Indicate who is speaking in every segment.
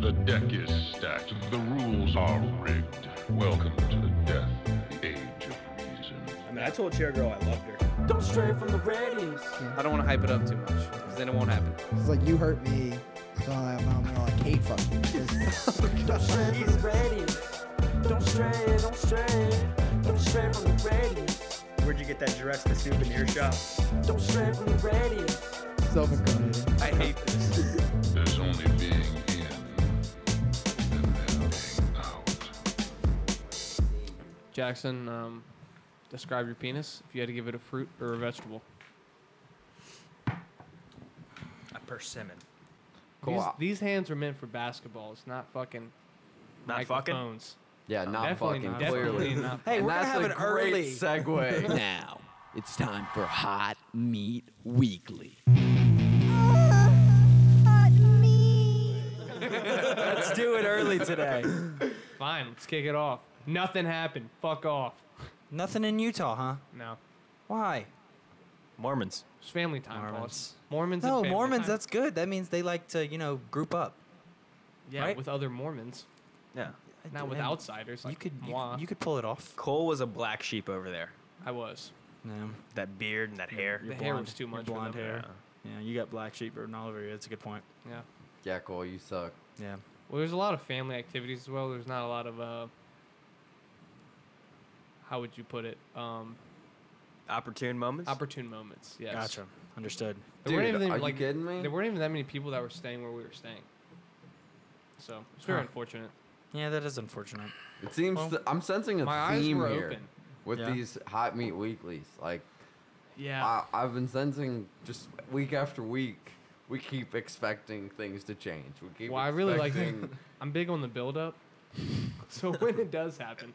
Speaker 1: The deck is stacked. The rules are rigged. Welcome to the death age of reason.
Speaker 2: I mean, I told Chair Girl I loved her.
Speaker 3: Don't stray from the radius.
Speaker 4: I don't want to hype it up too much, because then it won't happen.
Speaker 5: It's like you hurt me. So I'm, I'm gonna like hate fucking. you.
Speaker 3: Don't stray from the radius. Don't stray, don't stray. Don't stray from the radius.
Speaker 2: Where'd you get that dress, the souvenir shop?
Speaker 3: Don't stray from the radius.
Speaker 5: Self-incriminating.
Speaker 4: I hate this.
Speaker 1: There's only being in and then being out.
Speaker 4: Jackson, um, describe your penis if you had to give it a fruit or a vegetable.
Speaker 2: A persimmon.
Speaker 4: These,
Speaker 6: Cool.
Speaker 4: these hands are meant for basketball. It's not fucking
Speaker 2: Not fucking.
Speaker 4: microphones.
Speaker 6: Yeah, not
Speaker 4: Definitely
Speaker 6: fucking
Speaker 4: not.
Speaker 6: clearly.
Speaker 4: Definitely not.
Speaker 3: Hey,
Speaker 6: and
Speaker 3: we're
Speaker 6: that's
Speaker 3: gonna have
Speaker 6: a
Speaker 3: an
Speaker 6: great
Speaker 3: early.
Speaker 6: segue. now it's time for Hot Meat Weekly.
Speaker 3: Let's do it early today.
Speaker 4: Fine, let's kick it off. Nothing happened. Fuck off.
Speaker 3: Nothing in Utah, huh?
Speaker 4: No.
Speaker 3: Why?
Speaker 7: Mormons.
Speaker 4: It's family time,
Speaker 3: Mormons.
Speaker 4: Mormons. Mormons. and
Speaker 3: No,
Speaker 4: family
Speaker 3: Mormons.
Speaker 4: time.
Speaker 3: That's good. That means they like to, you know, group up.
Speaker 4: yeah,
Speaker 3: right?
Speaker 4: with other Mormons,
Speaker 7: Yeah.
Speaker 4: not with
Speaker 3: And
Speaker 4: outsiders.
Speaker 3: You
Speaker 4: Like
Speaker 3: could,
Speaker 4: moi.
Speaker 3: you, you could pull it off.
Speaker 7: Cole was a black sheep over there.
Speaker 4: I was.
Speaker 3: No.
Speaker 7: That beard and that hair.
Speaker 4: The hair was too much. for
Speaker 8: blonde
Speaker 4: them.
Speaker 8: hair. Yeah, you got black sheep written all over you. That's a good point.
Speaker 4: Yeah.
Speaker 6: Yeah, Cole, you suck.
Speaker 8: Yeah.
Speaker 4: Well, there's a lot of family activities as well. There's not a lot of uh. How would you put it? Um,
Speaker 7: Opportune moments.
Speaker 4: opportune moments. Yes.
Speaker 8: Gotcha. Understood.
Speaker 4: There weren't
Speaker 6: Dude,
Speaker 4: even
Speaker 6: are you
Speaker 4: like,
Speaker 6: kidding me?
Speaker 4: There weren't even that many people that were staying where we were staying. So it's very
Speaker 3: Huh.
Speaker 4: unfortunate.
Speaker 3: Yeah, that is unfortunate.
Speaker 6: It seems
Speaker 4: Well,
Speaker 6: th- I'm sensing a
Speaker 4: my eyes
Speaker 6: theme
Speaker 4: were
Speaker 6: here
Speaker 4: open.
Speaker 6: with
Speaker 8: Yeah.
Speaker 6: these Hot Meat Weeklies. Like
Speaker 4: Yeah.
Speaker 6: I, I've been sensing just week after week, we keep expecting things to change. We keep.
Speaker 4: Well, I really like.
Speaker 6: expecting-
Speaker 4: I'm big on the build up. So when it does happen,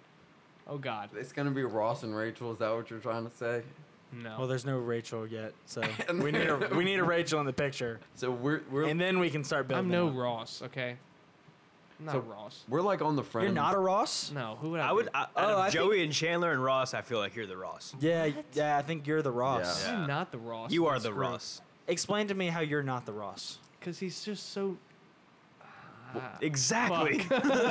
Speaker 4: oh god,
Speaker 6: It's gonna be Ross and Rachel. Is that what you're trying to say?
Speaker 4: no.
Speaker 8: Well, there's no Rachel yet, so we need a we need a Rachel in the picture,
Speaker 6: So we're we're
Speaker 8: and then we can start building.
Speaker 4: I'm no
Speaker 8: up.
Speaker 4: Ross, okay? I'm not
Speaker 6: So-
Speaker 4: Ross.
Speaker 6: we're like on the front.
Speaker 3: You're not a Ross?
Speaker 4: No, who would I?
Speaker 7: I would.
Speaker 4: be?
Speaker 7: I, out
Speaker 3: Oh,
Speaker 7: of
Speaker 3: I think-
Speaker 7: Joey and Chandler and Ross, I feel like you're the Ross.
Speaker 3: Yeah, yeah, I think you're the Ross.
Speaker 6: Yeah.
Speaker 4: I'm not the Ross.
Speaker 7: You are the Ross.
Speaker 3: Explain to me how you're not the Ross.
Speaker 4: because he's just so. Ah,
Speaker 7: Exactly.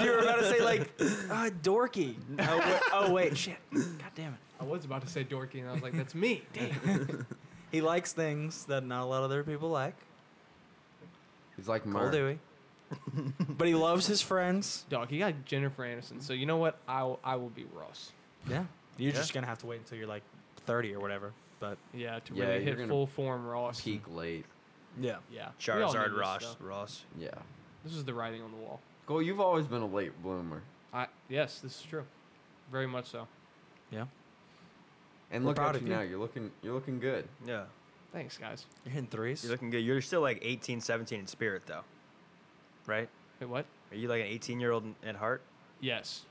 Speaker 3: you were about to say like, uh, dorky. Oh wait, oh, wait, shit. God damn it.
Speaker 4: I was about to say dorky, and I was like, "That's me." Damn.
Speaker 3: He likes things that not a lot of other people like.
Speaker 6: He's like
Speaker 3: Cole
Speaker 6: Mark.
Speaker 3: Dewey. but he loves his friends.
Speaker 4: Dog, he got Jennifer Aniston. So you know what? I will, I will be Ross.
Speaker 3: Yeah. You're
Speaker 7: Yeah.
Speaker 3: just gonna have to wait until you're like 30 or whatever. But
Speaker 4: Yeah, to
Speaker 6: Yeah,
Speaker 4: really
Speaker 6: you're
Speaker 4: hit
Speaker 6: gonna
Speaker 4: full form Ross.
Speaker 6: Peak late.
Speaker 8: Yeah.
Speaker 4: Yeah. we all knew
Speaker 7: Charizard
Speaker 4: this
Speaker 7: Ross.
Speaker 4: stuff.
Speaker 7: Ross.
Speaker 6: Yeah.
Speaker 4: This is the writing on the wall.
Speaker 6: Cole, you've always been a late bloomer.
Speaker 4: I yes, this is true. Very much so.
Speaker 3: yeah,
Speaker 6: And
Speaker 3: We're
Speaker 6: look
Speaker 3: proud
Speaker 6: at
Speaker 3: of
Speaker 6: you
Speaker 3: you.
Speaker 6: now. You're looking you're looking good.
Speaker 7: Yeah.
Speaker 4: Thanks, guys.
Speaker 3: you're hitting threes.
Speaker 7: You're looking good. You're still like 18, 17 in spirit, though. Right?
Speaker 4: Wait, what?
Speaker 7: Are you like an 18 year old at heart?
Speaker 4: Yes.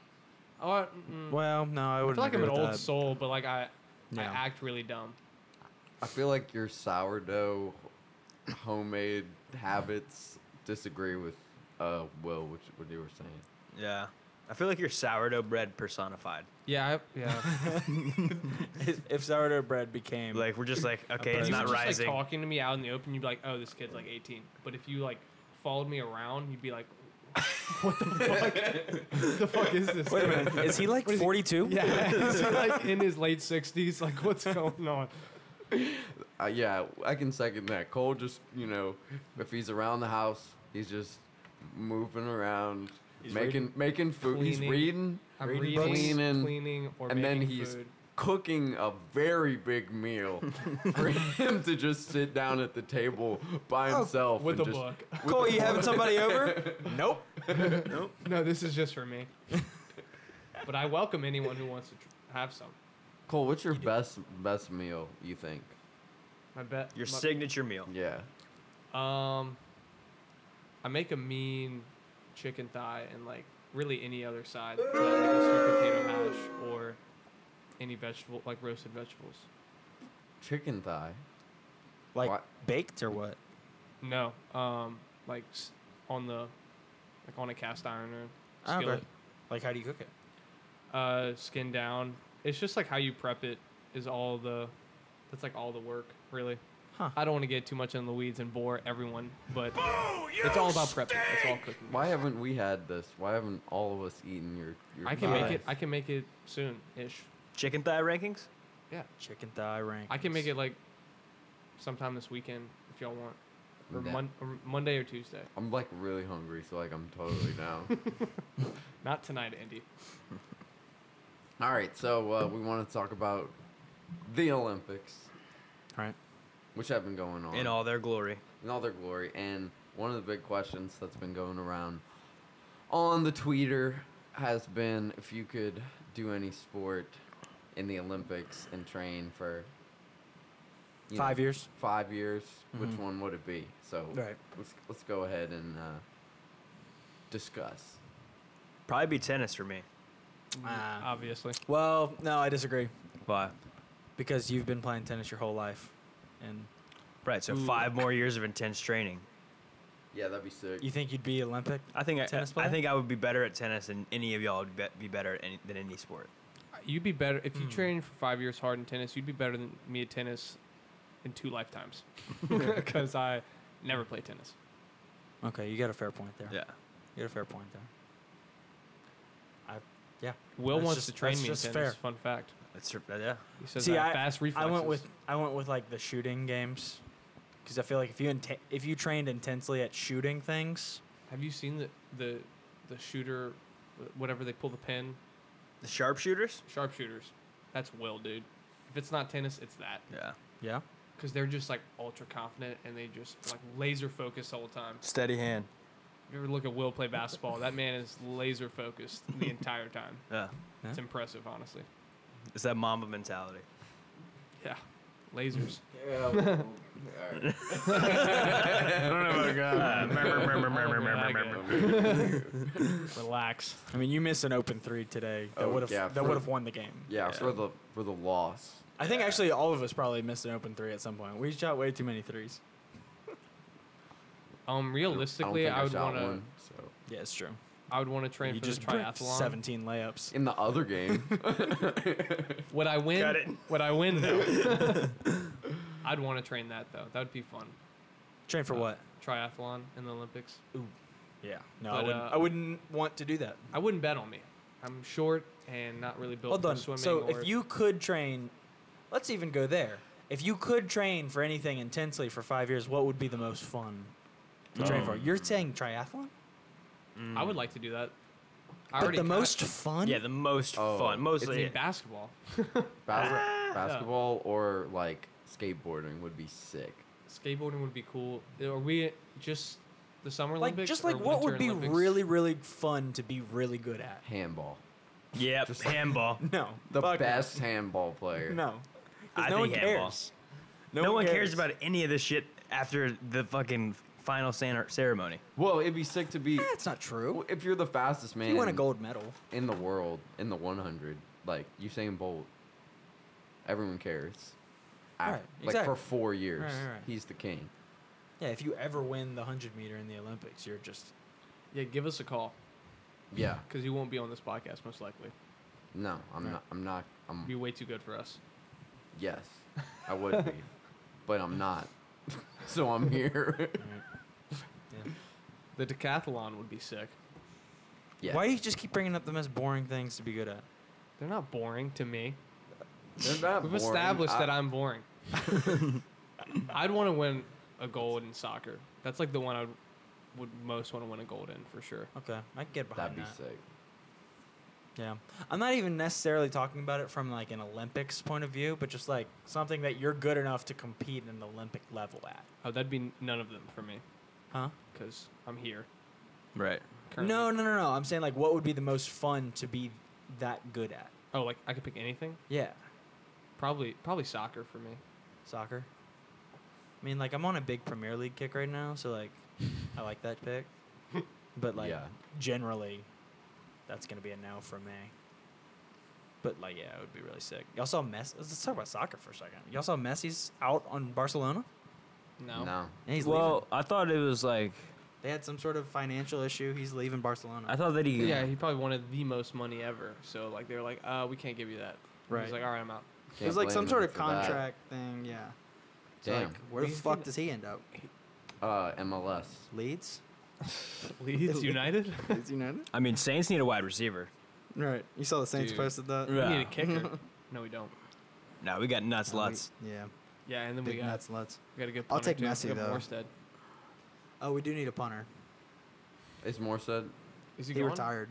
Speaker 4: Oh, I, mm,
Speaker 3: well, no, I
Speaker 4: I
Speaker 3: wouldn't.
Speaker 4: feel like I'm an
Speaker 3: agree
Speaker 4: old
Speaker 3: with that.
Speaker 4: soul, but like I, I
Speaker 3: Yeah.
Speaker 4: act really dumb.
Speaker 6: I feel like your sourdough homemade habits disagree with uh Will, which what you were saying.
Speaker 7: Yeah. I feel like you're sourdough bread personified.
Speaker 4: Yeah, I, yeah.
Speaker 8: If- if sourdough bread became
Speaker 7: Like we're just like okay,
Speaker 8: bread.
Speaker 7: it's
Speaker 4: you
Speaker 7: not
Speaker 4: were just
Speaker 7: rising.
Speaker 4: like talking to me out in the open, you'd be like, "Oh, this kid's like 18." But if you like followed me around, you'd be like, "What the fuck? the fuck is this?"
Speaker 3: Wait a
Speaker 4: dude?"
Speaker 3: minute. Is he like 42?
Speaker 4: Yeah, is he like in his late 60s? Like, what's going on?
Speaker 6: Uh, yeah, I can second that. Cole just, you know, if he's around the house, he's just moving around, making making food. He's
Speaker 4: Cleaning.
Speaker 6: reading,
Speaker 4: I'm
Speaker 6: reading,
Speaker 4: reading,
Speaker 6: cleaning,
Speaker 4: cleaning, or
Speaker 6: and then
Speaker 4: making
Speaker 6: he's
Speaker 4: food.
Speaker 6: cooking a very big meal for him to just sit down at the table by himself
Speaker 4: Oh, with
Speaker 6: and
Speaker 4: a
Speaker 6: just,
Speaker 4: book.
Speaker 3: Cole, you having somebody over? nope.
Speaker 4: No, this is just for me. but I welcome anyone who wants to tr- have some.
Speaker 6: Cole, what's your best best meal you think?
Speaker 4: I bet
Speaker 7: Your
Speaker 4: my-
Speaker 7: signature meal.
Speaker 6: Yeah.
Speaker 4: Um, I make a mean chicken thigh and like really any other side, to, like a sweet potato hash or any vegetable, like roasted vegetables.
Speaker 6: Chicken thigh.
Speaker 3: Like
Speaker 6: What?
Speaker 3: baked or what?
Speaker 4: No, um, like s- on the, like on a cast iron or
Speaker 9: Ah,
Speaker 3: Okay.
Speaker 4: skillet,
Speaker 3: Like how do you cook it?
Speaker 4: uh, skin down. It's just like how you prep it is all the, that's like all the work really. I don't want to get too much in the weeds and bore everyone, but it's all about prepping. It's all cooking.
Speaker 6: Why haven't we had this? Why haven't all of us eaten your? your
Speaker 4: I can make
Speaker 6: thighs?
Speaker 4: it. I can make it soon, ish.
Speaker 7: Chicken thigh rankings?
Speaker 4: Yeah,
Speaker 9: Chicken thigh rank.
Speaker 4: I can make it like sometime this weekend if y'all want, or,
Speaker 6: Yeah.
Speaker 4: mon- or Monday or Tuesday.
Speaker 6: I'm like really hungry, so like I'm totally down.
Speaker 4: Not tonight, Andy.
Speaker 6: All right, so uh, we want to talk about the Olympics,
Speaker 9: All right.
Speaker 6: which have been going on
Speaker 7: In all their glory.
Speaker 6: in all their glory, and one of the big questions that's been going around on the tweeter has been if you could do any sport in the Olympics and train for you know,
Speaker 9: Five years. Mm-hmm.
Speaker 6: Five years, which one would it be? So
Speaker 9: Right.
Speaker 6: let's let's go ahead and uh, discuss.
Speaker 7: Probably be tennis for me.
Speaker 9: Ah.
Speaker 4: Obviously,
Speaker 9: well, no, I disagree
Speaker 7: Why?
Speaker 9: because you've been playing tennis your whole life, and
Speaker 7: Right, so
Speaker 4: Ooh.
Speaker 7: five more years of intense training.
Speaker 6: Yeah, that'd be sick.
Speaker 9: you think you'd be Olympic.
Speaker 7: I think I,
Speaker 9: Tennis
Speaker 7: I
Speaker 9: player?
Speaker 7: think I would be better at tennis than any of y'all would be, be better at any, than any sport.
Speaker 4: you'd be better if
Speaker 9: Hmm.
Speaker 4: you trained for five years hard in tennis. You'd be better than me at tennis in two lifetimes, because I never played tennis.
Speaker 9: Okay, you got a fair point there.
Speaker 7: Yeah.
Speaker 9: You got a fair point there. I yeah.
Speaker 4: Will
Speaker 9: That's
Speaker 4: wants
Speaker 9: just-
Speaker 4: to train
Speaker 9: that's
Speaker 4: me in
Speaker 9: just
Speaker 4: tennis.
Speaker 9: fair.
Speaker 4: Fun fact.
Speaker 7: That's, tr- yeah.
Speaker 4: He says
Speaker 9: See,
Speaker 4: I have
Speaker 9: I-
Speaker 4: fast reflexes.
Speaker 9: I went with I went with like the shooting games because I feel like if you inten- if you trained intensely at shooting things,
Speaker 4: Have you seen the the the shooter, whatever they pull the pin,
Speaker 7: The sharpshooters?
Speaker 4: sharpshooters? That's Will, dude. If it's not tennis, it's that.
Speaker 7: Yeah.
Speaker 9: yeah,
Speaker 4: Because they're just like ultra confident and they just like laser focus all the time.
Speaker 7: Steady hand.
Speaker 4: If you ever look at Will play basketball, that man is laser focused the entire time.
Speaker 7: Yeah.
Speaker 4: It's impressive, honestly.
Speaker 7: It's that Mamba mentality.
Speaker 4: Yeah, lasers. Relax.
Speaker 9: I mean you missed an open three today that
Speaker 6: Oh,
Speaker 9: would have
Speaker 6: yeah,
Speaker 9: that
Speaker 6: for-
Speaker 9: would have won the game.
Speaker 6: yeah, for the for the loss.
Speaker 9: I think actually all of us probably missed an open three at some point. We shot way too many threes.
Speaker 4: Um,
Speaker 6: I don't
Speaker 4: realistically,
Speaker 6: think
Speaker 4: I, would
Speaker 6: shot
Speaker 4: want to.
Speaker 6: one, So
Speaker 9: Yeah, it's true.
Speaker 4: I would want to train
Speaker 9: You
Speaker 4: for
Speaker 9: just
Speaker 4: the
Speaker 9: bricked
Speaker 4: triathlon.
Speaker 9: seventeen layups.
Speaker 6: in the other game,
Speaker 4: Would I win?
Speaker 7: Got it.
Speaker 4: Would I win though? I'd want to train that though. That would be fun.
Speaker 9: Train for
Speaker 4: Uh,
Speaker 9: what?
Speaker 4: Triathlon in the Olympics.
Speaker 9: Yeah, no, I
Speaker 4: but,
Speaker 9: wouldn't.
Speaker 4: uh,
Speaker 9: I wouldn't want to do that.
Speaker 4: I wouldn't bet on me. I'm short and not really built
Speaker 9: Hold
Speaker 4: for
Speaker 9: on.
Speaker 4: swimming.
Speaker 9: So
Speaker 4: or-
Speaker 9: if you could train, let's even go there. If you could train for anything intensely for five years, what would be the most fun to train for? You're saying triathlon?
Speaker 4: I would like to do that. I
Speaker 9: But
Speaker 4: already
Speaker 9: the
Speaker 4: kinda-
Speaker 9: most fun?
Speaker 7: Yeah, the most
Speaker 6: Oh.
Speaker 7: fun.
Speaker 4: it's
Speaker 7: Mostly.
Speaker 4: in basketball.
Speaker 6: Bas-
Speaker 9: Ah.
Speaker 6: basketball or like skateboarding would be sick.
Speaker 4: Skateboarding would be cool. Are we just the summer
Speaker 9: like
Speaker 4: Olympics?
Speaker 9: just
Speaker 4: or
Speaker 9: like what
Speaker 4: Winter
Speaker 9: would be
Speaker 4: Olympics?
Speaker 9: really really fun to be really good at?
Speaker 6: Handball,
Speaker 7: Yep.
Speaker 6: Just like-
Speaker 7: handball.
Speaker 9: No,
Speaker 6: the
Speaker 9: fuck
Speaker 6: best handball player.
Speaker 9: No, 'Cause
Speaker 7: I
Speaker 9: no
Speaker 7: think
Speaker 9: one
Speaker 7: handball.
Speaker 9: cares.
Speaker 7: No, one cares. about any of this shit after the fucking final san- ceremony.
Speaker 6: Well, it'd be sick to be
Speaker 9: That's Eh, not true.
Speaker 6: if you're the fastest man
Speaker 9: Ah. If you won a gold medal,
Speaker 6: in the world in the 100, like Usain Bolt. Everyone cares. Af-
Speaker 9: Right,
Speaker 6: like for
Speaker 9: exactly.
Speaker 6: four years,
Speaker 9: Right, right, right.
Speaker 6: he's the king.
Speaker 9: yeah. If you ever win the hundred meter in the Olympics, you're just
Speaker 4: Yeah, give us a call
Speaker 6: Yeah.
Speaker 4: because you won't be on this podcast most likely.
Speaker 6: No, I'm not. I'm not. I'm
Speaker 4: Be way too good for us.
Speaker 6: yes, I would be, but I'm not. so I'm here.
Speaker 4: The decathlon would be sick.
Speaker 6: yeah.
Speaker 9: Why do you just keep bringing up the most boring things to be good at?
Speaker 4: They're not boring to me.
Speaker 6: They're not
Speaker 4: We've
Speaker 6: boring.
Speaker 4: established
Speaker 6: I-
Speaker 4: that I'm boring. I'd want to win a gold in soccer. That's like the one I would- would most want to win a gold in for sure.
Speaker 9: Okay, I can get behind
Speaker 6: That'd be
Speaker 9: that.
Speaker 6: sick.
Speaker 9: Yeah, I'm not even necessarily talking about it from like an Olympics point of view, but just like something that you're good enough to compete in the Olympic level at,
Speaker 4: Oh, that'd be none of them for me
Speaker 9: huh?
Speaker 4: because I'm here.
Speaker 7: Right.
Speaker 4: Currently.
Speaker 9: No, no, no, no. I'm saying like what would be the most fun to be that good at?
Speaker 4: Oh, like I could pick anything.
Speaker 9: Yeah,
Speaker 4: Probably, probably soccer for me.
Speaker 9: soccer. I mean, like I'm on a big Premier League kick right now, so like I like that pick, but like
Speaker 6: Yeah.
Speaker 9: generally, that's gonna be a no for me. But like, yeah, it would be really sick. Y'all saw Messi. Let's talk about soccer for a second. Y'all saw Messi's out on Barcelona.
Speaker 4: No.
Speaker 6: No.
Speaker 9: And he's leaving.
Speaker 7: Well, I thought it was like
Speaker 9: They had some sort of financial issue. He's leaving Barcelona.
Speaker 7: I thought that he
Speaker 4: Yeah, he probably wanted the most money ever. So like they were like, uh, we can't give you that. He's
Speaker 9: Right.
Speaker 4: like, all right, I'm out.
Speaker 9: it was
Speaker 6: Can't
Speaker 9: like some
Speaker 6: blame
Speaker 9: sort
Speaker 6: him
Speaker 9: of
Speaker 6: for that.
Speaker 9: contract thing. Yeah.
Speaker 8: So,
Speaker 6: Damn.
Speaker 8: like, where the
Speaker 4: He's
Speaker 8: fuck
Speaker 4: been-
Speaker 8: does he end up?
Speaker 6: Uh, MLS.
Speaker 8: Leeds?
Speaker 4: Leeds United.
Speaker 8: Leeds United?
Speaker 7: I mean, Saints need a wide receiver.
Speaker 8: Right. You saw the Saints
Speaker 4: Dude.
Speaker 8: posted that?
Speaker 4: We
Speaker 7: Yeah.
Speaker 4: need a kicker. No, we don't.
Speaker 7: No, we got nuts, lots.
Speaker 8: Yeah.
Speaker 4: Yeah, and then we
Speaker 8: Big
Speaker 4: got
Speaker 8: nuts, nuts.
Speaker 4: we got a good.
Speaker 8: I'll
Speaker 4: punter,
Speaker 8: take
Speaker 4: too. We
Speaker 8: Messi,
Speaker 4: got
Speaker 8: though.
Speaker 4: Morstead.
Speaker 8: Oh, we do need a punter.
Speaker 6: Is Moore said
Speaker 4: Is he,
Speaker 8: He,
Speaker 4: gone?
Speaker 8: retired.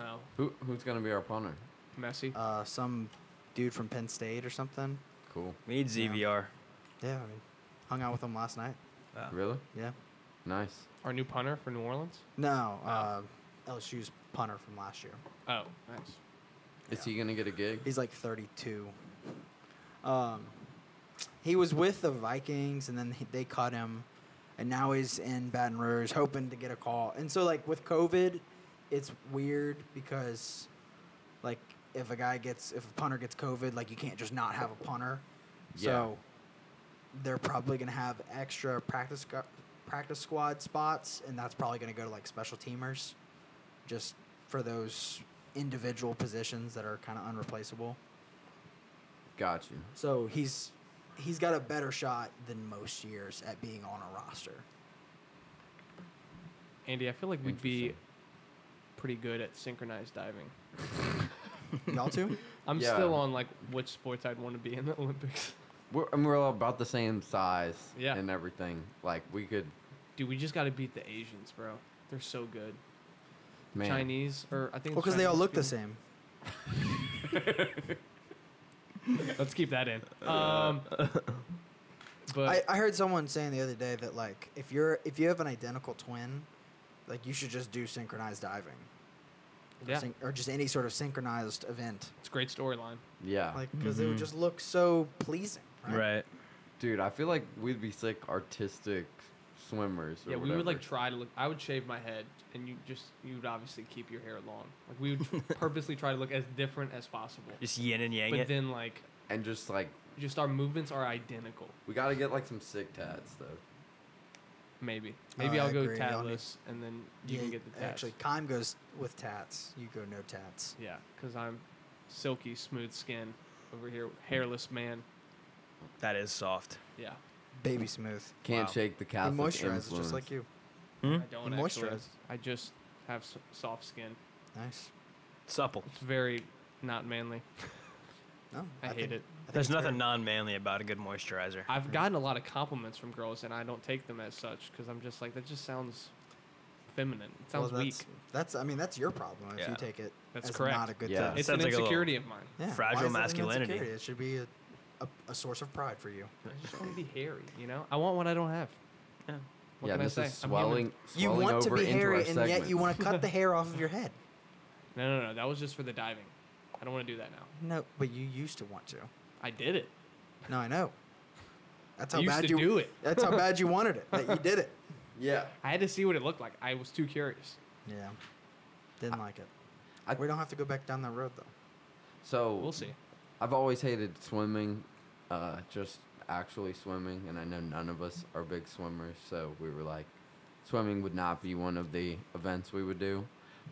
Speaker 4: Oh,
Speaker 6: who who's gonna be our punter?
Speaker 4: Messi.
Speaker 8: Uh, some dude from Penn State or something.
Speaker 6: Cool.
Speaker 7: We need ZVR.
Speaker 8: Yeah, I mean, hung out with him last night.
Speaker 6: Really?
Speaker 8: Yeah.
Speaker 6: Nice.
Speaker 4: Our new punter for New Orleans.
Speaker 8: No, uh, LSU's punter from last year.
Speaker 4: Oh, nice.
Speaker 6: Is he gonna get a gig?
Speaker 8: He's like 32. Um, he was with the Vikings, and then he, they cut him, and now he's in Baton Rouge, hoping to get a call. And so, like with COVID, it's weird because, like, if a guy gets if a punter gets COVID, like you can't just not have a punter.
Speaker 6: Yeah.
Speaker 8: So they're probably gonna have extra practice squ- practice squad spots, and that's probably gonna go to like special teamers, just for those individual positions that are kind of unreplaceable.
Speaker 6: Got you.
Speaker 8: So he's he's got a better shot than most years at being on a roster.
Speaker 4: Andy, I feel like we'd be
Speaker 6: Interesting.
Speaker 4: pretty good at synchronized diving.
Speaker 8: Y'all too?
Speaker 4: I'm
Speaker 6: Yeah.
Speaker 4: still on like which sports I'd want to be in the Olympics.
Speaker 6: We're and we're all about the same size.
Speaker 4: Yeah.
Speaker 6: And everything. Like we could.
Speaker 4: Dude, we just got to beat the Asians, bro. They're so good.
Speaker 6: Man.
Speaker 4: Chinese or I think.
Speaker 8: well,
Speaker 4: because
Speaker 8: because they all look the same.
Speaker 4: Let's keep that in. Um, but
Speaker 8: I, I heard someone saying the other day that like if you're if you have an identical twin, like you should just do synchronized diving. Or
Speaker 4: yeah,
Speaker 8: syn- or just any sort of synchronized event,
Speaker 4: it's a great storyline.
Speaker 6: Yeah.
Speaker 8: like because it would just look so pleasing. Right.
Speaker 7: Mm-hmm. Right.
Speaker 6: Dude, I feel like we'd be sick artistic swimmers. Or
Speaker 4: Yeah, we would like
Speaker 6: whatever.
Speaker 4: try to look. I would shave my head, and you just you would obviously keep your hair long. Like we would tr- purposely try to look as different as possible.
Speaker 7: Just yin and yang
Speaker 4: but
Speaker 7: it.
Speaker 4: then like
Speaker 6: And just like
Speaker 4: just our movements are identical.
Speaker 6: we gotta get like some sick tats though.
Speaker 4: Maybe maybe
Speaker 8: I
Speaker 4: I'll go
Speaker 8: agree, y'all need-
Speaker 4: tatless, and then you
Speaker 8: Yeah,
Speaker 4: can get the tats.
Speaker 8: Actually, Kime goes with tats. You go no tats.
Speaker 4: Yeah, because I'm silky, smooth skin over here, hairless man.
Speaker 7: That is soft.
Speaker 4: Yeah,
Speaker 8: Baby smooth.
Speaker 6: Can't
Speaker 7: Wow.
Speaker 6: shake the
Speaker 8: He
Speaker 6: Catholic
Speaker 8: moisturizes
Speaker 6: influence.
Speaker 8: just like you.
Speaker 7: Hmm?
Speaker 4: I don't
Speaker 8: And
Speaker 4: actually.
Speaker 8: moisturized.
Speaker 4: I just have s- soft skin.
Speaker 8: Nice.
Speaker 7: Supple.
Speaker 4: It's very not manly.
Speaker 8: No,
Speaker 4: I, hate
Speaker 8: think-
Speaker 4: it.
Speaker 8: I think
Speaker 7: There's
Speaker 8: it's
Speaker 7: nothing
Speaker 8: fair.
Speaker 7: non manly about a good moisturizer.
Speaker 4: I've gotten a lot of compliments from girls, and I don't take them as such because I'm just like that. Just sounds feminine. It sounds
Speaker 8: well,
Speaker 4: weak.
Speaker 8: that's, That's I mean that's your problem if
Speaker 7: Yeah.
Speaker 8: you take it.
Speaker 4: That's
Speaker 8: as
Speaker 4: correct.
Speaker 8: Not a good
Speaker 6: Yeah.
Speaker 8: thing.
Speaker 4: It's
Speaker 7: sounds
Speaker 4: an
Speaker 7: like a little-
Speaker 4: insecurity of mine.
Speaker 8: Yeah, why
Speaker 7: fragile
Speaker 8: is that an
Speaker 7: masculinity.
Speaker 8: insecurity? It should be a, a, a source of pride for you.
Speaker 4: I just want to be hairy. You know, I want what I don't have.
Speaker 7: Yeah.
Speaker 4: What
Speaker 6: yeah,
Speaker 4: can I
Speaker 6: this
Speaker 4: say?
Speaker 6: is
Speaker 4: I'm human.
Speaker 6: swelling.
Speaker 8: You
Speaker 6: swelling
Speaker 8: want to
Speaker 6: over
Speaker 8: be
Speaker 6: into our
Speaker 8: hairy, and yet you
Speaker 6: segments.
Speaker 8: want to cut the hair off of your head.
Speaker 4: No, no, no. That was just for the diving. I don't want to do that now.
Speaker 8: No, but you used to want to.
Speaker 4: I did it.
Speaker 8: No, I know. That's
Speaker 4: I
Speaker 8: how
Speaker 4: used
Speaker 8: bad
Speaker 4: to
Speaker 8: you
Speaker 4: do it.
Speaker 8: That's how bad you wanted it. That you did it.
Speaker 6: Yeah.
Speaker 4: I had to see what it looked like. I was too curious.
Speaker 8: Yeah, didn't like it.
Speaker 6: I-
Speaker 8: we don't have to go back down that road though.
Speaker 6: So
Speaker 4: We'll see.
Speaker 6: I've always hated swimming, uh, just actually swimming, and I know none of us are big swimmers, so we were like, swimming would not be one of the events we would do.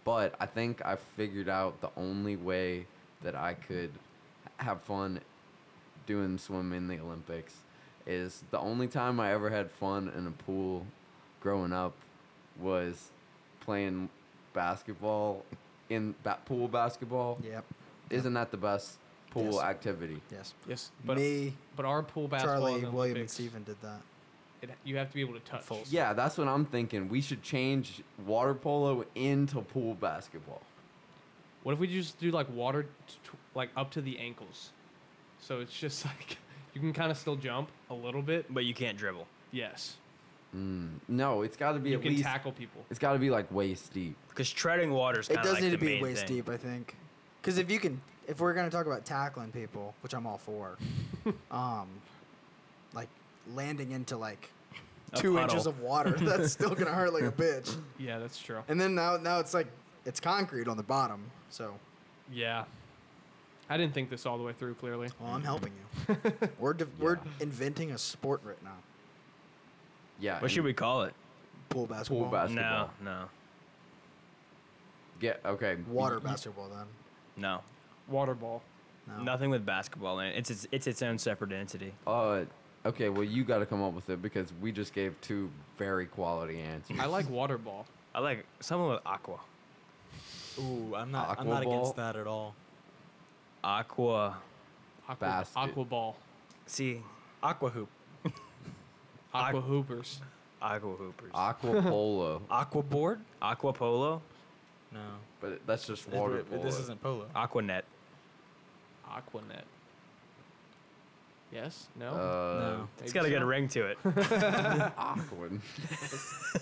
Speaker 6: But I think I figured out the only way that I could have fun doing swim in the Olympics is the only time I ever had fun in a pool growing up was playing basketball in ba- pool basketball.
Speaker 8: Yep.
Speaker 6: Isn't that the best pool
Speaker 8: Yes.
Speaker 6: activity?
Speaker 8: Yes.
Speaker 4: Yes, but
Speaker 8: Me,
Speaker 4: but our pool basketball.
Speaker 8: Charlie,
Speaker 4: in the
Speaker 8: William, and
Speaker 4: Olympics,
Speaker 8: Steven did that.
Speaker 4: It, you have to be able to touch.
Speaker 6: Yeah, that's what I'm thinking. We should change water polo into pool basketball.
Speaker 4: What if we just do like water, t- t- like up to the ankles? So it's just like you can kind of still jump a little bit.
Speaker 7: But you can't dribble.
Speaker 4: Yes,
Speaker 6: Mm. No, it's got to be
Speaker 4: you
Speaker 6: at
Speaker 4: can
Speaker 6: least.
Speaker 4: tackle people.
Speaker 6: It's got to be like waist deep.
Speaker 7: Because treading water is
Speaker 8: It
Speaker 7: kind of
Speaker 8: does
Speaker 7: like
Speaker 8: need
Speaker 7: the
Speaker 8: to be
Speaker 7: main
Speaker 8: waist
Speaker 7: thing.
Speaker 8: deep, I think. Because if you can, if we're gonna talk about tackling people, which I'm all for, um, like landing into like
Speaker 7: A
Speaker 8: two inches
Speaker 7: puddle.
Speaker 8: of water, that's still gonna hurt like a bitch.
Speaker 4: Yeah, that's true.
Speaker 8: And then now, now it's like it's concrete on the bottom. So,
Speaker 4: Yeah, I didn't think this all the way through. Clearly,
Speaker 8: well, I'm helping you. We're de- we're inventing a sport right now.
Speaker 6: Yeah.
Speaker 7: What should we call it?
Speaker 8: Pool basketball.
Speaker 6: Pool bas-
Speaker 7: No,
Speaker 6: Basketball.
Speaker 7: no,
Speaker 6: get? Okay.
Speaker 8: Water basketball then.
Speaker 7: no.
Speaker 4: water ball.
Speaker 8: No.
Speaker 7: Nothing with basketball in it. It's its, it's its own separate entity.
Speaker 6: Uh, Okay, well you got to come up with it because we just gave two very quality answers.
Speaker 4: I like water ball.
Speaker 7: I like someone with aqua.
Speaker 9: Ooh, I'm not. I'm not
Speaker 6: Aquaball.
Speaker 9: against that at all.
Speaker 7: Aqua.
Speaker 4: Aqua,
Speaker 6: Basket.
Speaker 4: aqua ball.
Speaker 7: See,
Speaker 9: Aqua hoop.
Speaker 4: Aqua hoopers.
Speaker 7: aqua hoopers.
Speaker 6: Aqua polo,
Speaker 9: Aqua board?
Speaker 7: aqua polo.
Speaker 9: No.
Speaker 6: but that's just
Speaker 9: It-
Speaker 6: water
Speaker 9: it-
Speaker 6: polo.
Speaker 9: This isn't polo.
Speaker 7: Aqua net.
Speaker 4: Aquanet. Yes? No?
Speaker 6: Uh,
Speaker 9: no.
Speaker 7: It's got to get a ring to it.
Speaker 6: Aqua.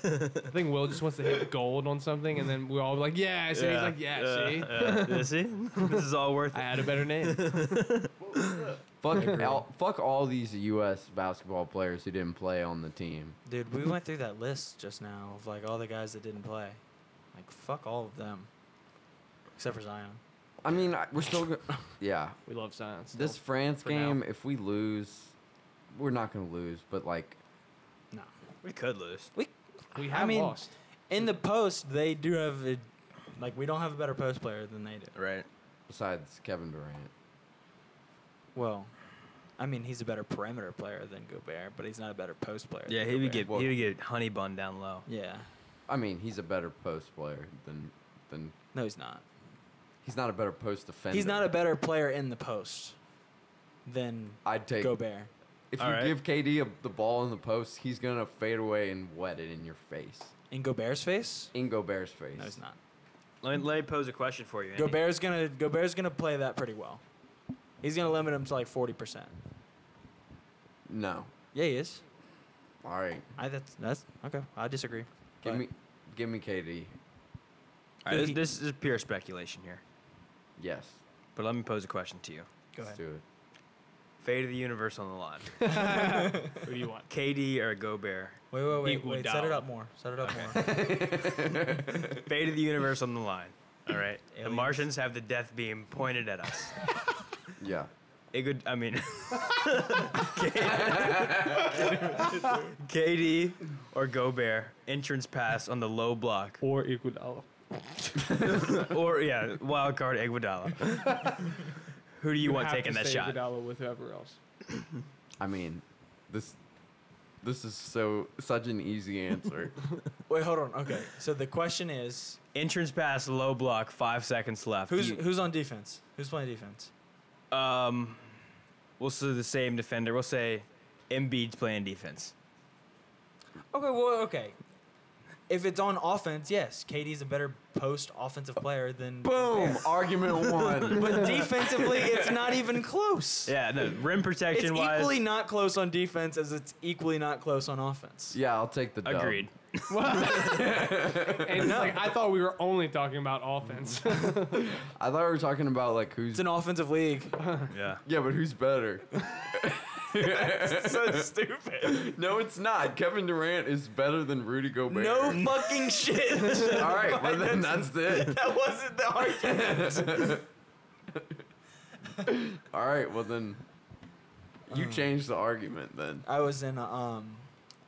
Speaker 4: I think Will just wants to hit gold on something, and then we're all like, yeah. So he's like, yeah, see?
Speaker 7: yeah. see, this is all worth
Speaker 4: I
Speaker 7: it.
Speaker 4: had a better name.
Speaker 6: Fuck, all, fuck all these U.S. basketball players who didn't play on the team.
Speaker 9: Dude, we went through that list just now of like all the guys that didn't play. Like fuck all of them, except for Zion.
Speaker 6: I mean, I- we're still. Go- yeah,
Speaker 4: we love science.
Speaker 6: this France
Speaker 4: for now.
Speaker 6: game. If we lose, we're not gonna lose, but like
Speaker 7: We could lose.
Speaker 4: we
Speaker 9: I
Speaker 4: have
Speaker 9: mean-
Speaker 4: lost.
Speaker 9: In the post, they do have a, like we don't have a better post player than they do.
Speaker 7: Right.
Speaker 6: besides Kevin Durant,
Speaker 9: Well, I mean he's a better perimeter player than Gobert, but he's not a better post player.
Speaker 7: Yeah,
Speaker 9: than
Speaker 7: he would get
Speaker 9: Gobert.
Speaker 7: he would get honey bun down low.
Speaker 9: Yeah.
Speaker 6: I mean, he's a better post player than than
Speaker 9: No, he's not.
Speaker 6: he's not a better post defender.
Speaker 9: He's not a better player in the post than
Speaker 6: I'd take
Speaker 9: Gobert.
Speaker 6: if you
Speaker 7: All right.
Speaker 6: give KD a, the ball in the post, he's gonna fade away and wet it in your face,
Speaker 9: In Gobert's face?
Speaker 6: in Gobert's face.
Speaker 9: No, he's not.
Speaker 7: Let me, let me pose a question for you. Andy.
Speaker 9: Gobert's gonna Gobert's gonna play that pretty well. He's gonna limit him to like forty percent.
Speaker 6: No.
Speaker 9: Yeah, he is.
Speaker 6: All right,
Speaker 9: I that's that's okay. I disagree.
Speaker 6: give
Speaker 9: But-
Speaker 6: me give me KD.
Speaker 7: All right, this,
Speaker 9: He-
Speaker 7: this is pure speculation here,
Speaker 6: Yes,
Speaker 7: but let me pose a question to you.
Speaker 9: Go ahead.
Speaker 6: let's do it.
Speaker 7: Fate of the universe on the line.
Speaker 4: Who do you want?
Speaker 7: KD or Gobert?
Speaker 9: Wait, wait, wait,
Speaker 4: Equal
Speaker 9: wait. Set it
Speaker 4: down.
Speaker 9: up more. Set it up more.
Speaker 7: Fate of the universe on the line. All right. The
Speaker 9: Aliens.
Speaker 7: Martians have the death beam pointed at us.
Speaker 6: Yeah.
Speaker 7: It could. I mean, KD or Gobert entrance pass on the low block,
Speaker 4: Or Iguodala.
Speaker 7: or yeah, wild card Iguodala. Who do you, want
Speaker 4: have
Speaker 7: taking
Speaker 4: to
Speaker 7: that
Speaker 4: say
Speaker 7: shot?
Speaker 4: Iguodala with whoever else.
Speaker 6: I mean, this this is so such an easy answer.
Speaker 9: wait, hold on. Okay. So the question is,
Speaker 7: Entrance pass, low block, five seconds left.
Speaker 9: who's
Speaker 7: You-
Speaker 9: who's on defense? Who's playing defense?
Speaker 7: um, we'll say the same defender. We'll say Embiid's playing defense.
Speaker 9: Okay, well, okay. If it's on offense, yes, KD's a better post offensive player than
Speaker 6: Boom! Argument one.
Speaker 9: But defensively, it's not even close.
Speaker 7: Yeah, no, rim
Speaker 9: It's
Speaker 7: protection wise.
Speaker 9: equally not close on defense as it's equally not close on offense.
Speaker 6: yeah, I'll take the dub.
Speaker 7: agreed.
Speaker 4: And like, I thought we were only talking about offense.
Speaker 6: I thought we were talking about like who's
Speaker 9: It's an offensive league.
Speaker 7: Yeah.
Speaker 6: yeah, but who's better?
Speaker 9: so stupid.
Speaker 6: No, it's not. Kevin Durant is better than Rudy Gobert.
Speaker 9: No fucking shit.
Speaker 6: All right, well then that's it.
Speaker 9: That wasn't the argument.
Speaker 6: All right, well then
Speaker 9: Uh.
Speaker 6: you changed the argument then.
Speaker 9: I was in a, um,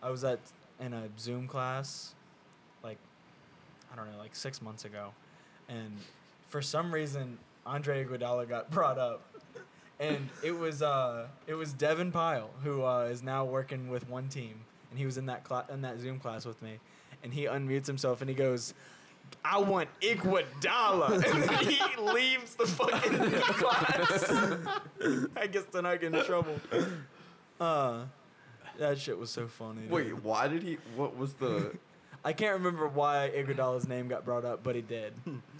Speaker 9: I was at in a Zoom class, like, I don't know, like six months ago, and for some reason Andre Iguodala got brought up, and it was uh, it was Devin Pyle who uh, is now working with one team, and he was in that class in that Zoom class with me, and he unmutes himself and he goes. I want Iguodala. And he leaves the fucking class. I guess then I get in trouble. Uh, that shit was so funny. dude.
Speaker 6: Wait, why did he? What was the?
Speaker 9: I can't remember why Iguodala's name got brought up, but he did.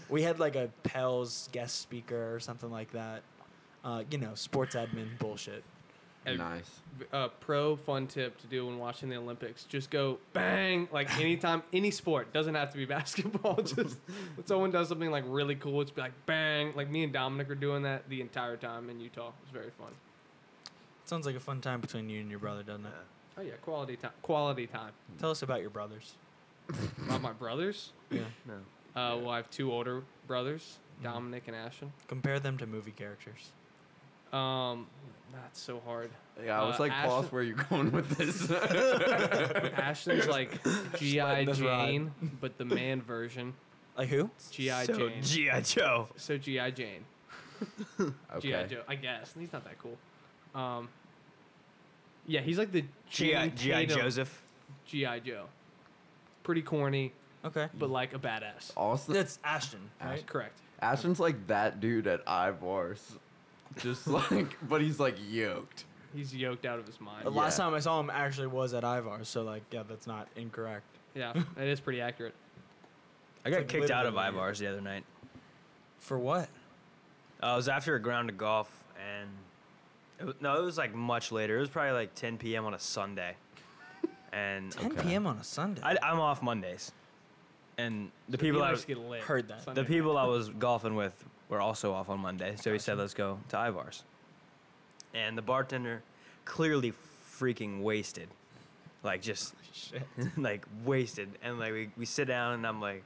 Speaker 9: We had like a Pels guest speaker or something like that. Uh, you know, sports admin bullshit.
Speaker 4: And-
Speaker 6: nice.
Speaker 4: uh, pro fun tip to do when watching the Olympics: just go bang, like anytime, any sport doesn't have to be basketball. just when someone does something like really cool, it's be like bang. Like me and Dominic are doing that the entire time in Utah. It's very fun.
Speaker 9: Sounds like a fun time between you and your brother, doesn't it?
Speaker 4: Oh yeah, quality time. Quality time.
Speaker 9: Tell us about your brothers.
Speaker 4: About my brothers.
Speaker 9: Yeah.
Speaker 4: Uh, well, I have two older brothers, Dominic and Ashton.
Speaker 9: Compare them to movie characters.
Speaker 4: Um, that's so hard.
Speaker 6: Yeah, I was
Speaker 4: Uh,
Speaker 6: like, pause.
Speaker 4: Ashton-
Speaker 6: Where you going with this?
Speaker 4: Ashton's like GI
Speaker 9: Letting us ride.
Speaker 4: Jane, but the man version.
Speaker 9: Like who?
Speaker 4: GI
Speaker 7: So
Speaker 4: Jane.
Speaker 7: GI Joe.
Speaker 4: so GI Jane.
Speaker 6: okay.
Speaker 4: GI Joe, I guess. He's not that cool. Um, Yeah, he's like the
Speaker 7: G.I.
Speaker 4: Channing
Speaker 7: G.I.
Speaker 4: Tatum
Speaker 7: Joseph.
Speaker 4: G.I. Joe. Pretty corny,
Speaker 9: Okay.
Speaker 4: but like a badass.
Speaker 6: Austin,
Speaker 9: That's Ashton, right?
Speaker 4: Correct.
Speaker 6: Ashton's like that dude at Ivars, just like, but he's like yoked.
Speaker 4: He's yoked out of his mind.
Speaker 9: The
Speaker 7: Oh.
Speaker 9: last
Speaker 6: Yeah.
Speaker 9: time I saw him actually was at Ivar, so like, yeah, that's not incorrect.
Speaker 4: Yeah, that is pretty accurate.
Speaker 7: I got
Speaker 9: like
Speaker 7: kicked out of
Speaker 9: literally-
Speaker 7: Ivars the other night.
Speaker 9: For what?
Speaker 7: Uh, I was after a ground to golf, and it was, no, it was like much later. It was probably like 10 p.m. on a Sunday, and
Speaker 9: 10 p.m. on a Sunday.
Speaker 7: I, I'm off Mondays, and the people I
Speaker 4: I
Speaker 7: was,
Speaker 4: get lit.
Speaker 9: Heard that.
Speaker 7: the
Speaker 4: Sunday night.
Speaker 7: people I was golfing with were also off on Monday, so he said, "Let's go to Ivars," and the bartender clearly freaking wasted, like just
Speaker 9: Shit.
Speaker 7: like wasted. And like we, we sit down and I'm like,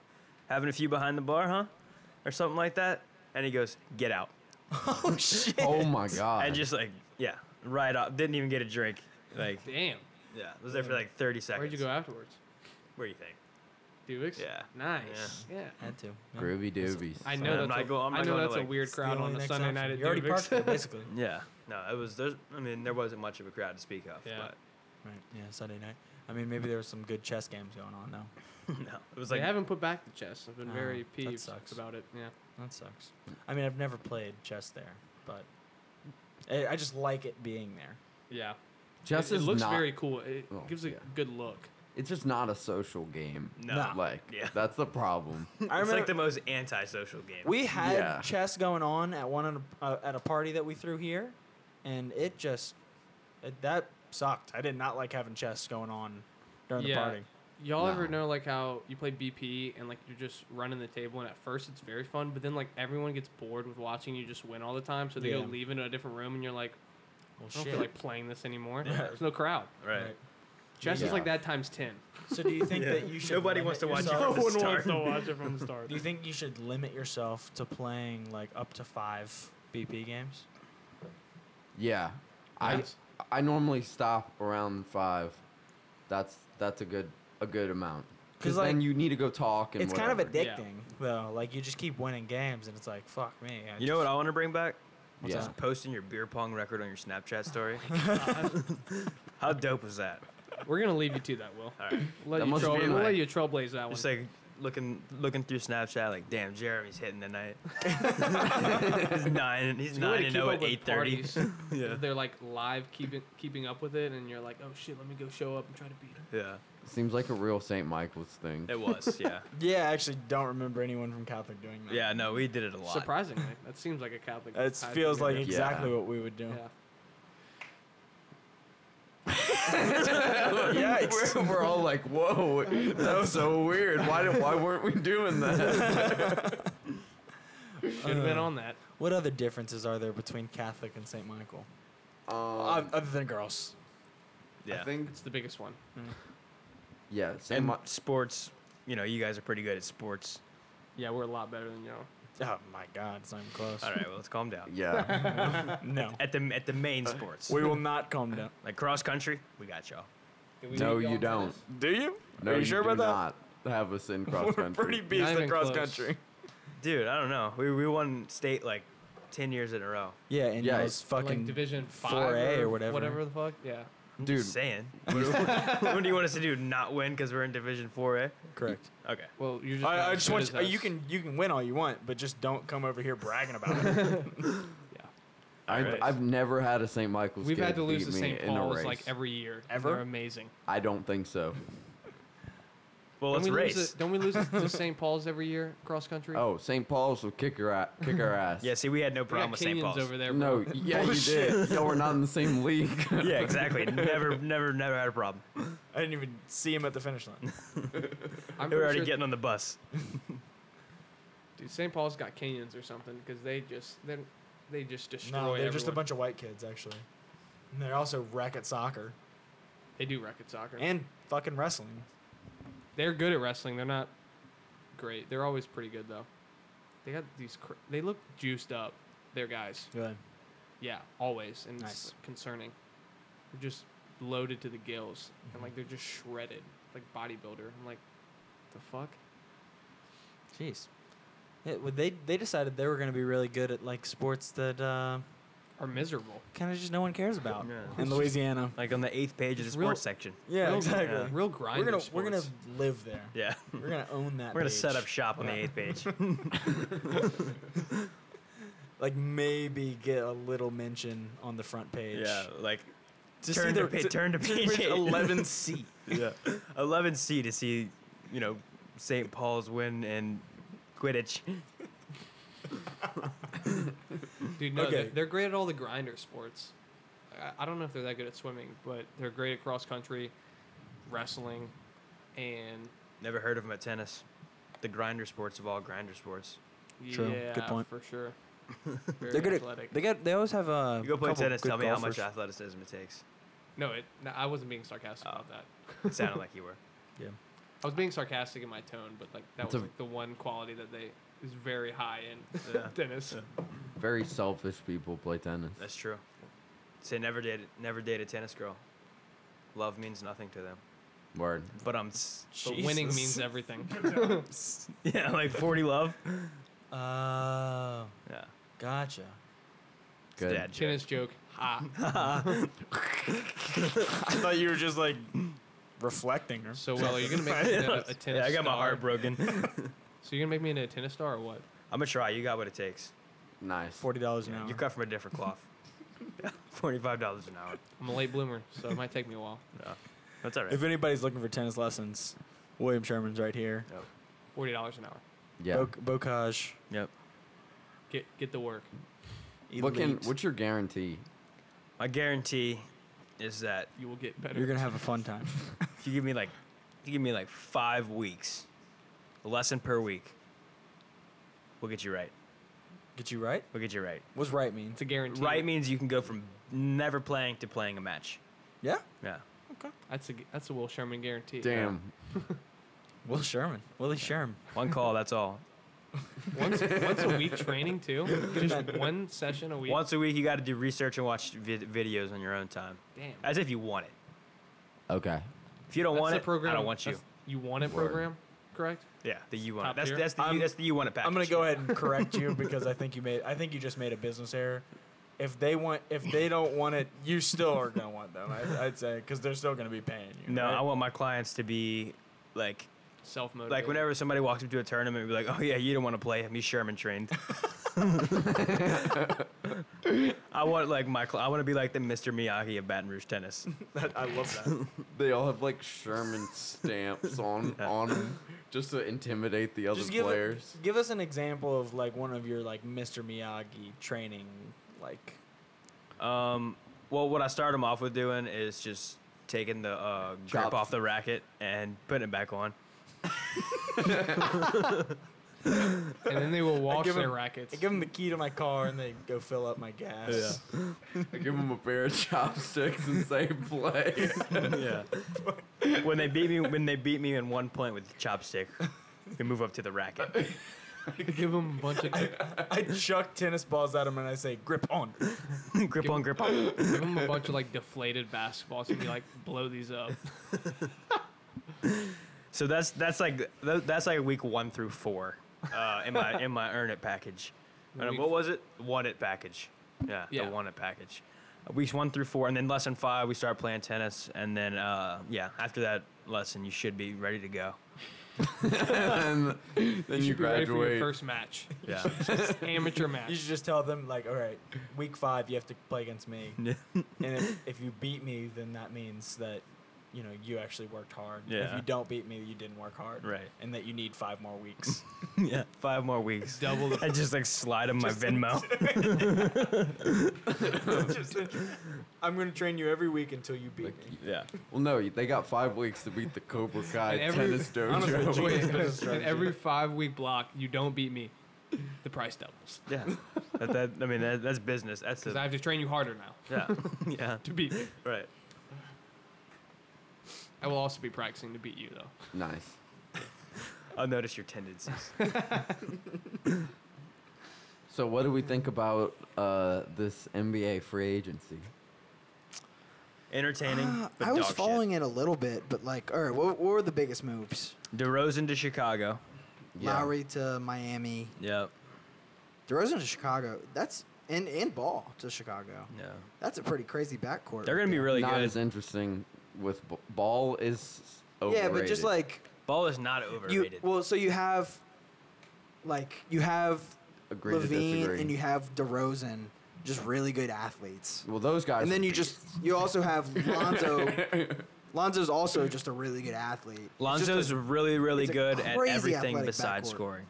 Speaker 7: having a few behind the bar, huh? Or something like that. And he goes, get out.
Speaker 9: Oh shit.
Speaker 6: Oh my god!
Speaker 7: And just like, yeah, right off. Didn't even get a drink. Like,
Speaker 4: Damn.
Speaker 7: yeah, was there for like 30 seconds.
Speaker 4: Where'd you go afterwards?
Speaker 7: Where do you think?
Speaker 4: Duvix?
Speaker 7: Yeah.
Speaker 4: Nice. Yeah.
Speaker 9: Had to. Yeah.
Speaker 6: groovy doobies.
Speaker 4: I
Speaker 7: I'm
Speaker 4: know
Speaker 7: not
Speaker 4: that's, a,
Speaker 7: go- I'm
Speaker 4: I
Speaker 7: not
Speaker 4: know
Speaker 7: going to,
Speaker 4: that's a
Speaker 7: like,
Speaker 4: weird
Speaker 9: It's the
Speaker 4: crowd
Speaker 9: only
Speaker 4: on a
Speaker 9: next
Speaker 4: Sunday
Speaker 9: option.
Speaker 4: night at
Speaker 9: You already parked there,
Speaker 4: Duvix.
Speaker 9: basically.
Speaker 7: Yeah. No, it was, there's, I mean, there wasn't much of a crowd to speak of.
Speaker 4: Yeah.
Speaker 9: Right. Yeah, Sunday night. I mean, maybe there was some good chess games going on though.
Speaker 7: But no, it was
Speaker 4: they
Speaker 7: like,
Speaker 4: haven't put back the chess. I've
Speaker 6: Ah,
Speaker 4: been
Speaker 9: Oh,
Speaker 4: very
Speaker 9: that
Speaker 4: peeved
Speaker 9: sucks.
Speaker 4: about it. Yeah.
Speaker 9: That sucks. I mean, I've never played chess there, but I, I just like it being there.
Speaker 4: Yeah.
Speaker 6: Chess
Speaker 4: it, it
Speaker 6: is
Speaker 4: looks
Speaker 6: not.
Speaker 4: very cool. It
Speaker 6: Oh,
Speaker 4: gives a
Speaker 6: yeah.
Speaker 4: good look.
Speaker 6: It's just not a social game.
Speaker 7: no.
Speaker 9: Nah.
Speaker 6: Like,
Speaker 7: Yeah.
Speaker 6: that's the problem.
Speaker 9: I
Speaker 7: It's
Speaker 9: remember
Speaker 7: like the most antisocial game.
Speaker 9: we had
Speaker 6: Yeah.
Speaker 9: chess going on at one of the- uh, at a party that we threw here, and it just it, that sucked. I did not like having chess going on during
Speaker 4: Yeah.
Speaker 9: the party.
Speaker 4: Y'all ever
Speaker 6: No.
Speaker 4: know like how you play BP and like you're just running the table and at first it's very fun, but then like everyone gets bored with watching you just win all the time, so they
Speaker 9: Yeah.
Speaker 4: go leave into a different room and you're like,
Speaker 9: Well,
Speaker 4: I don't feel like playing this anymore. There's no crowd.
Speaker 7: right.
Speaker 9: Right.
Speaker 4: Chess is like
Speaker 6: Yeah.
Speaker 4: that times ten.
Speaker 9: So do you think
Speaker 7: Yeah.
Speaker 9: that you should
Speaker 7: Nobody
Speaker 9: limit
Speaker 7: wants to watch
Speaker 9: yourself-
Speaker 7: you. one wants to
Speaker 4: watch it from the start.
Speaker 9: Do you think you should limit yourself to playing like up to five BP games?
Speaker 6: Yeah. I
Speaker 4: Yes.
Speaker 6: I normally stop around five. That's that's a good a good amount.
Speaker 9: 'Cause,
Speaker 6: Because then
Speaker 9: like,
Speaker 6: you need to go talk and
Speaker 9: It's kind of
Speaker 6: whatever.
Speaker 9: addicting
Speaker 4: Yeah.
Speaker 9: though. Like you just keep winning games, and it's like fuck me. I
Speaker 7: You know what
Speaker 9: just-
Speaker 7: I want to bring back?
Speaker 9: What's
Speaker 6: yeah.
Speaker 9: that?
Speaker 7: Posting your beer pong record on your Snapchat story.
Speaker 6: Uh,
Speaker 7: How dope was that?
Speaker 4: We're gonna leave you to that, Will.
Speaker 7: All right.
Speaker 4: Let
Speaker 6: That
Speaker 4: you
Speaker 6: must
Speaker 4: trail,
Speaker 6: be
Speaker 4: we'll let
Speaker 6: like-
Speaker 4: you trailblaze that one.
Speaker 7: Just like looking looking through Snapchat, like damn, Jeremy's hitting tonight. he's nine. He's
Speaker 4: It's a
Speaker 7: nine
Speaker 4: way
Speaker 7: and
Speaker 4: to keep
Speaker 7: zero
Speaker 4: up
Speaker 7: at
Speaker 4: with
Speaker 7: eight thirty.
Speaker 4: parties.
Speaker 7: yeah,
Speaker 4: They're like live keeping keeping up with it, and you're like, oh shit, let me go show up and try to beat him.
Speaker 7: yeah,
Speaker 6: Seems like a real St. Michael's thing.
Speaker 7: it was. Yeah,
Speaker 9: Yeah, I actually don't remember anyone from Catholic doing that.
Speaker 7: yeah. No, we did it a lot.
Speaker 4: Surprisingly, that seems like a Catholic.
Speaker 9: It
Speaker 4: high
Speaker 9: feels
Speaker 4: thing to
Speaker 9: like
Speaker 4: do.
Speaker 9: exactly
Speaker 6: Yeah.
Speaker 9: what we would do.
Speaker 4: yeah.
Speaker 9: Yikes.
Speaker 6: we're, we're all like, whoa, that's so weird. Why did, why weren't we doing that?
Speaker 4: Should have
Speaker 9: uh,
Speaker 4: been on that.
Speaker 9: What other differences are there between Catholic and St. Michael?
Speaker 6: Um,
Speaker 9: other than girls.
Speaker 7: yeah,
Speaker 6: I think,
Speaker 4: It's the biggest one.
Speaker 6: yeah, St.
Speaker 7: and
Speaker 6: Mi-
Speaker 7: sports. You know, you guys are pretty good at sports.
Speaker 4: Yeah, we're a lot better than y'all.
Speaker 9: Oh my God, it's not even close.
Speaker 7: All right, well, let's calm down.
Speaker 6: yeah.
Speaker 9: No,
Speaker 7: At the at the main sports,
Speaker 9: we will not calm down.
Speaker 7: like cross country, we got y'all.
Speaker 6: No, you don't.
Speaker 9: Do you?
Speaker 6: No,
Speaker 9: Are you sure
Speaker 6: do
Speaker 9: about that?
Speaker 6: Not have us in cross
Speaker 9: We're
Speaker 6: country.
Speaker 9: pretty beast
Speaker 4: even
Speaker 9: at cross
Speaker 4: close.
Speaker 9: country.
Speaker 7: Dude, I don't know. We we won state like ten years in a row.
Speaker 9: Yeah, and
Speaker 6: Yeah,
Speaker 9: yeah,
Speaker 6: it's
Speaker 9: fucking
Speaker 4: like Division Five
Speaker 9: 4A
Speaker 4: or,
Speaker 9: or whatever.
Speaker 4: Whatever the fuck. Yeah.
Speaker 7: I'm
Speaker 6: Dude.
Speaker 7: just saying. what, what do you want us to do? Not win because we're in Division Four A?
Speaker 9: correct.
Speaker 7: Okay.
Speaker 4: Well, you're just. not
Speaker 9: I, I
Speaker 4: as
Speaker 9: just
Speaker 4: good
Speaker 9: want
Speaker 4: as
Speaker 9: you, uh, you
Speaker 4: us.
Speaker 9: can you can win all you want, but just don't come over here bragging about it.
Speaker 6: I've,
Speaker 7: Alright.
Speaker 6: I've never had a St. Michael's
Speaker 4: We've
Speaker 6: kid
Speaker 4: had to lose
Speaker 6: beat
Speaker 4: to
Speaker 6: me
Speaker 4: St.
Speaker 6: in a
Speaker 4: Paul's
Speaker 6: race.
Speaker 4: like every year.
Speaker 9: Ever?
Speaker 4: They're amazing.
Speaker 6: I don't think so.
Speaker 7: Well,
Speaker 4: don't
Speaker 7: let's
Speaker 4: we
Speaker 7: race.
Speaker 4: Lose to, don't we lose to St. Paul's every year cross country?
Speaker 6: Oh, St. Paul's will kick our a- kick our ass.
Speaker 7: Yeah, see, we had no
Speaker 4: we
Speaker 7: problem with
Speaker 4: got
Speaker 7: St.
Speaker 4: Kenyans
Speaker 7: Paul's.
Speaker 4: over there.
Speaker 6: No,
Speaker 4: Bro.
Speaker 6: yeah, you did. Yeah, we're not in the same league.
Speaker 7: yeah, exactly. Never, never, never had a problem.
Speaker 9: I didn't even see him at the finish line.
Speaker 7: They were
Speaker 4: I'm pretty
Speaker 7: already
Speaker 4: sure,
Speaker 7: getting on the bus.
Speaker 4: Dude, St. Paul's got Kenyans or something because they just they they just destroy.
Speaker 9: No, they're just a
Speaker 4: everyone.
Speaker 9: bunch of white kids actually. And they're also wreck at soccer
Speaker 4: They do wreck at soccer.
Speaker 9: and fucking wrestling.
Speaker 4: They're good at wrestling. They're not great. They're always pretty good though. They got these. Cr- they look juiced up. They're guys.
Speaker 9: Good.
Speaker 4: Yeah, always, and
Speaker 9: Nice.
Speaker 4: it's concerning. They're just loaded to the gills, and
Speaker 9: Mm-hmm.
Speaker 4: like they're just shredded, like bodybuilder. I'm like, the fuck?
Speaker 9: Jeez. Yeah, well, they they decided they were going to be really good at like sports that uh,
Speaker 4: are miserable.
Speaker 9: kind of just no one cares about
Speaker 7: Yeah.
Speaker 9: in Louisiana.
Speaker 7: Like on the eighth page of the
Speaker 4: Just real-
Speaker 7: sports section.
Speaker 9: Yeah,
Speaker 4: real,
Speaker 9: exactly.
Speaker 7: yeah.
Speaker 4: Real grind.
Speaker 9: We're gonna we're gonna live there.
Speaker 7: Yeah.
Speaker 9: We're gonna own that.
Speaker 7: We're gonna
Speaker 9: page.
Speaker 7: set up shop on the eighth page.
Speaker 9: Like maybe get a little mention on the front page.
Speaker 7: yeah, like
Speaker 9: To
Speaker 7: turn to,
Speaker 9: the-
Speaker 7: pa- turn to page, eight.
Speaker 9: eleven C.
Speaker 7: yeah, eleven C to see, you know, St. Paul's win and Quidditch.
Speaker 4: Dude, no,
Speaker 9: Okay.
Speaker 4: they're, they're great at all the grinder sports. I, I don't know if they're that good at swimming, but they're great at cross country, wrestling, and
Speaker 7: Never heard of them at tennis. The grinder sports of all grinder sports.
Speaker 9: True. Good
Speaker 4: yeah,
Speaker 9: point.
Speaker 4: for sure.
Speaker 9: They're
Speaker 4: Very
Speaker 9: good
Speaker 4: athletic.
Speaker 9: at. They got. They always have a.
Speaker 7: You go play
Speaker 9: couple
Speaker 7: tennis.
Speaker 9: good
Speaker 7: Tell me how much
Speaker 9: golfers.
Speaker 7: athleticism it takes.
Speaker 4: no, it. No, I wasn't being sarcastic
Speaker 7: Oh.
Speaker 4: about that.
Speaker 7: It sounded like you were.
Speaker 4: I was being sarcastic in my tone, but like that
Speaker 6: It's
Speaker 4: was
Speaker 6: a-
Speaker 4: like the one quality that they is very high in
Speaker 7: Yeah,
Speaker 4: tennis.
Speaker 6: Very selfish people play tennis.
Speaker 7: that's true. Say never date never date a tennis girl. Love means nothing to them.
Speaker 6: Word.
Speaker 7: But I'm s-
Speaker 4: But winning
Speaker 9: Jesus.
Speaker 4: means everything.
Speaker 7: yeah, like forty love.
Speaker 9: Oh,
Speaker 7: Yeah,
Speaker 9: gotcha.
Speaker 7: it's a
Speaker 6: Good.
Speaker 7: dad joke.
Speaker 4: Tennis joke. Ha.
Speaker 9: I thought you were just like reflecting
Speaker 8: Uh,
Speaker 9: or
Speaker 4: So well, are you gonna make me into a, tennis?
Speaker 7: Yeah, I got my
Speaker 4: star?
Speaker 7: heart broken.
Speaker 4: So you're gonna make me into a tennis star or what?
Speaker 7: I'm gonna try. You got what it takes.
Speaker 6: Nice.
Speaker 9: forty dollars an hour.
Speaker 7: You cut from a different cloth. Forty-five dollars an hour.
Speaker 4: I'm a late bloomer, so it might take me a while.
Speaker 7: Yeah, that's all right.
Speaker 9: If anybody's looking for tennis lessons, William Sherman's right here.
Speaker 4: Forty dollars an hour.
Speaker 6: Yeah.
Speaker 9: Bo- Bocage.
Speaker 7: yep.
Speaker 4: Get get the work.
Speaker 6: What can,
Speaker 9: Elite.
Speaker 6: what's your guarantee?
Speaker 7: My guarantee is that
Speaker 4: You will get better.
Speaker 9: You're gonna have a fun time.
Speaker 7: if you give me like, you give me like five weeks, a lesson per week, we'll get you right.
Speaker 9: Get you right?
Speaker 7: We'll get you right.
Speaker 9: What's right mean?
Speaker 4: it's a guarantee.
Speaker 7: Right means you can go from never playing to playing a match.
Speaker 9: Yeah.
Speaker 7: Yeah.
Speaker 4: That's a that's a Will Sherman guarantee.
Speaker 6: Damn.
Speaker 9: Will Sherman. Willie Sherman.
Speaker 7: One call. That's all.
Speaker 4: Once once a week training too. Just one session a week.
Speaker 7: Once a week, you got to do research and watch vid- videos on your own time,
Speaker 4: Damn.
Speaker 7: as if you want it.
Speaker 6: Okay.
Speaker 7: If you don't want
Speaker 4: That's the
Speaker 7: it, I don't want you.
Speaker 4: that's- You want it
Speaker 6: Word.
Speaker 4: program, correct?
Speaker 7: Yeah, the you want it.
Speaker 4: Top
Speaker 7: That's
Speaker 4: tier.
Speaker 7: that's the you,
Speaker 9: I'm-
Speaker 7: that's the you want it package.
Speaker 9: I'm gonna go ahead and correct you because I think you made I think you just made a business error. If they want, if they don't want it, you still are gonna want them. I, I'd say because they're still gonna be paying you.
Speaker 7: No,
Speaker 9: right?
Speaker 7: I want my clients to be like
Speaker 4: Self motivated.
Speaker 7: Like whenever somebody walks up to a tournament, be like, "Oh yeah, you don't want to play him. He's Sherman trained." I want like my cl- I want to be like the Mr. Miyagi of Baton Rouge tennis.
Speaker 9: That- I love that.
Speaker 6: They all have like Sherman stamps on on 'em just to intimidate the other
Speaker 9: just give
Speaker 6: players.
Speaker 9: give us an example of like one of your like Mr. Miyagi training like
Speaker 7: Um, well, what I start him off with doing is just taking the uh, grip
Speaker 6: Chop.
Speaker 7: off the racket and putting it back on.
Speaker 4: and then they will wash
Speaker 9: give
Speaker 4: their
Speaker 9: him-
Speaker 4: rackets.
Speaker 9: I give them the key to my car and they go fill up my gas.
Speaker 6: I give them a pair of chopsticks and say play.
Speaker 7: yeah. when they beat me, when they beat me in one point with the chopstick, they move up to the racket.
Speaker 4: give them a bunch of
Speaker 9: I chuck tennis balls at them and I say, "Grip on."
Speaker 7: grip on, grip on.
Speaker 4: give them a bunch of like deflated basketballs and be like blow these up.
Speaker 7: So that's that's like tha- that's like week one through four uh, in my in my earn it package.
Speaker 4: Then
Speaker 7: And
Speaker 4: week-
Speaker 7: what was it? One it package. Yeah,
Speaker 4: Yeah.
Speaker 7: the one it package. Uh, Weeks one through four, and then lesson five, we start playing tennis, and then uh, yeah, after that lesson, you should be ready to go.
Speaker 6: and then you,
Speaker 4: You should be ready for your
Speaker 6: graduate.
Speaker 4: first match.
Speaker 7: Yeah,
Speaker 4: Amateur
Speaker 9: You
Speaker 4: match.
Speaker 9: should just tell them like, "All right, week five, you have to play against me, and if, if you beat me, then that means that." You know, you actually worked hard. If
Speaker 7: Yeah.
Speaker 9: you don't beat me, you didn't work hard.
Speaker 7: Right.
Speaker 9: And that you need five more weeks.
Speaker 7: yeah, five more weeks.
Speaker 4: Double the
Speaker 7: I just like slide on my Venmo.
Speaker 9: Just- I'm going to train you every week until you beat me.
Speaker 7: yeah,
Speaker 6: Well, no, they got five weeks to beat the Cobra Kai
Speaker 4: And every-
Speaker 6: tennis dojo.
Speaker 9: Honestly,
Speaker 4: Wait,
Speaker 9: business
Speaker 4: and
Speaker 9: strategy.
Speaker 4: every five week block, you don't beat me, the price doubles.
Speaker 7: yeah. That, that, I mean, that, that's business. That's
Speaker 4: Because I
Speaker 7: a,
Speaker 4: have to train you harder now
Speaker 7: yeah, yeah,
Speaker 4: to beat me.
Speaker 7: right.
Speaker 4: I will also be practicing to beat you, though.
Speaker 6: Nice.
Speaker 7: I'll notice your tendencies.
Speaker 6: So, what do we think about uh, this NBA free agency?
Speaker 7: Entertaining. But
Speaker 5: I was
Speaker 7: dog shit.
Speaker 5: following it a little bit, but like, all right, what, what were the biggest moves?
Speaker 7: DeRozan to Chicago.
Speaker 6: Yeah.
Speaker 5: Lowry to Miami,
Speaker 7: Yep.
Speaker 5: DeRozan to Chicago. That's
Speaker 8: and and ball to Chicago.
Speaker 7: No.
Speaker 8: That's a pretty crazy backcourt.
Speaker 7: They're going to be really
Speaker 6: Not
Speaker 7: good.
Speaker 6: as interesting with b- ball is
Speaker 8: yeah,
Speaker 6: overrated.
Speaker 8: but just like
Speaker 7: Ball is not
Speaker 8: you,
Speaker 7: overrated.
Speaker 8: well, so you have like you have
Speaker 6: Agree to
Speaker 8: Levine
Speaker 6: disagree.
Speaker 8: and you have DeRozan, just really good athletes.
Speaker 6: well those guys
Speaker 8: And then
Speaker 6: are
Speaker 8: you just you also have Lonzo. Lonzo's also just a really good athlete. It's just
Speaker 7: Lonzo's
Speaker 8: a-
Speaker 7: really, really
Speaker 8: it's a
Speaker 7: good at
Speaker 8: crazy
Speaker 7: everything
Speaker 8: athletic
Speaker 7: besides
Speaker 8: backcourt.
Speaker 7: scoring.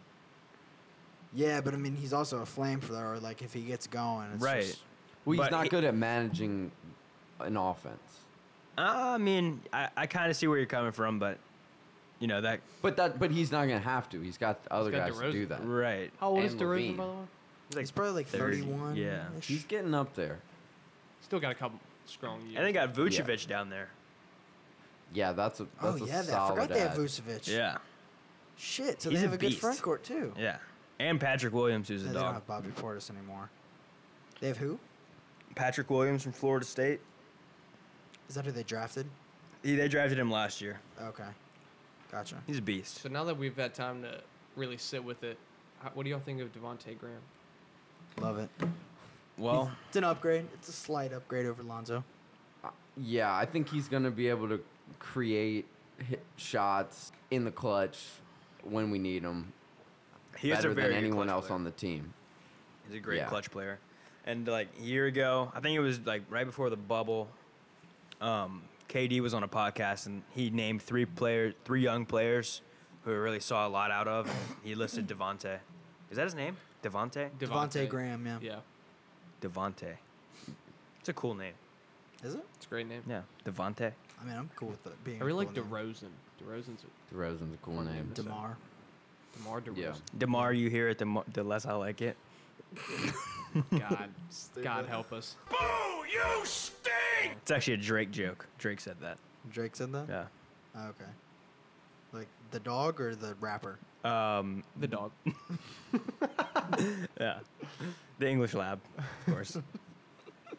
Speaker 8: yeah, but I mean he's also a flamethrower. Like if he gets going, it's
Speaker 7: Right.
Speaker 8: just-
Speaker 6: well he's
Speaker 7: but
Speaker 6: not
Speaker 7: he-
Speaker 6: good at managing an offense
Speaker 7: I mean, I, I kind of see where you're coming from, but, you know, that.
Speaker 6: but that but he's not gonna have to he's got the other
Speaker 4: got
Speaker 6: guys to do
Speaker 4: DeRozan.
Speaker 6: that
Speaker 7: Right.
Speaker 4: How old is
Speaker 6: And
Speaker 4: DeRozan,
Speaker 6: Levine.
Speaker 4: by the way?
Speaker 8: he's probably like
Speaker 7: 30,
Speaker 8: thirty-one.
Speaker 7: yeah.
Speaker 6: he's getting up there
Speaker 4: Still got a couple strong years.
Speaker 7: And they got Vucevic down there.
Speaker 6: yeah that's a
Speaker 8: Oh
Speaker 6: that's a
Speaker 8: yeah, that, I
Speaker 6: solid
Speaker 8: forgot they have
Speaker 6: ad.
Speaker 8: Vucevic.
Speaker 7: Yeah.
Speaker 8: Shit, so
Speaker 7: He's
Speaker 8: they
Speaker 7: a
Speaker 8: have a, good
Speaker 7: beast.
Speaker 8: front court too.
Speaker 7: Yeah. And Patrick Williams, who's a
Speaker 8: No, they don't
Speaker 7: dog.
Speaker 8: have Bobby Portis anymore. They have who?
Speaker 7: Patrick Williams from Florida State.
Speaker 8: Is that who they drafted?
Speaker 7: He, they drafted him last year.
Speaker 8: Okay, gotcha.
Speaker 7: He's a beast.
Speaker 4: So now that we've had time to really sit with it, how, what do y'all think of Devonte Graham?
Speaker 8: Love it.
Speaker 7: Well,
Speaker 8: It's an upgrade. It's a slight upgrade over Lonzo.
Speaker 6: Yeah, I think he's going to be able to create hit shots in the clutch when we need him
Speaker 7: he is a
Speaker 6: better
Speaker 7: very
Speaker 6: than
Speaker 7: good
Speaker 6: anyone
Speaker 7: clutch
Speaker 6: else
Speaker 7: player.
Speaker 6: on the team.
Speaker 7: He's a great
Speaker 6: Yeah.
Speaker 7: clutch player. And like a year ago, I think it was like right before the bubble, um, KD was on a podcast and he named three players, three young players who he really saw a lot out of. and he listed Devonte. Is that his name? Devonte.
Speaker 8: Devonte Graham, yeah.
Speaker 4: Yeah,
Speaker 7: Devonte. It's a cool name.
Speaker 8: Is it?
Speaker 4: it's a great name.
Speaker 7: Yeah, Devonte.
Speaker 8: I mean, I'm cool with it being.
Speaker 4: I really like
Speaker 8: cool name.
Speaker 4: DeRozan. DeRozan's
Speaker 6: DeRozan's a cool name.
Speaker 8: Demar.
Speaker 4: Demar
Speaker 6: Yeah.
Speaker 4: DeRozan.
Speaker 7: The more you hear it, the, more, the less I like it.
Speaker 4: God, God help us.
Speaker 7: It's actually a Drake joke. Drake said that.
Speaker 8: Drake said that.
Speaker 7: Yeah.
Speaker 8: Oh, okay. Like the dog or the rapper?
Speaker 7: Um,
Speaker 4: The dog.
Speaker 7: yeah. The English Lab, of course.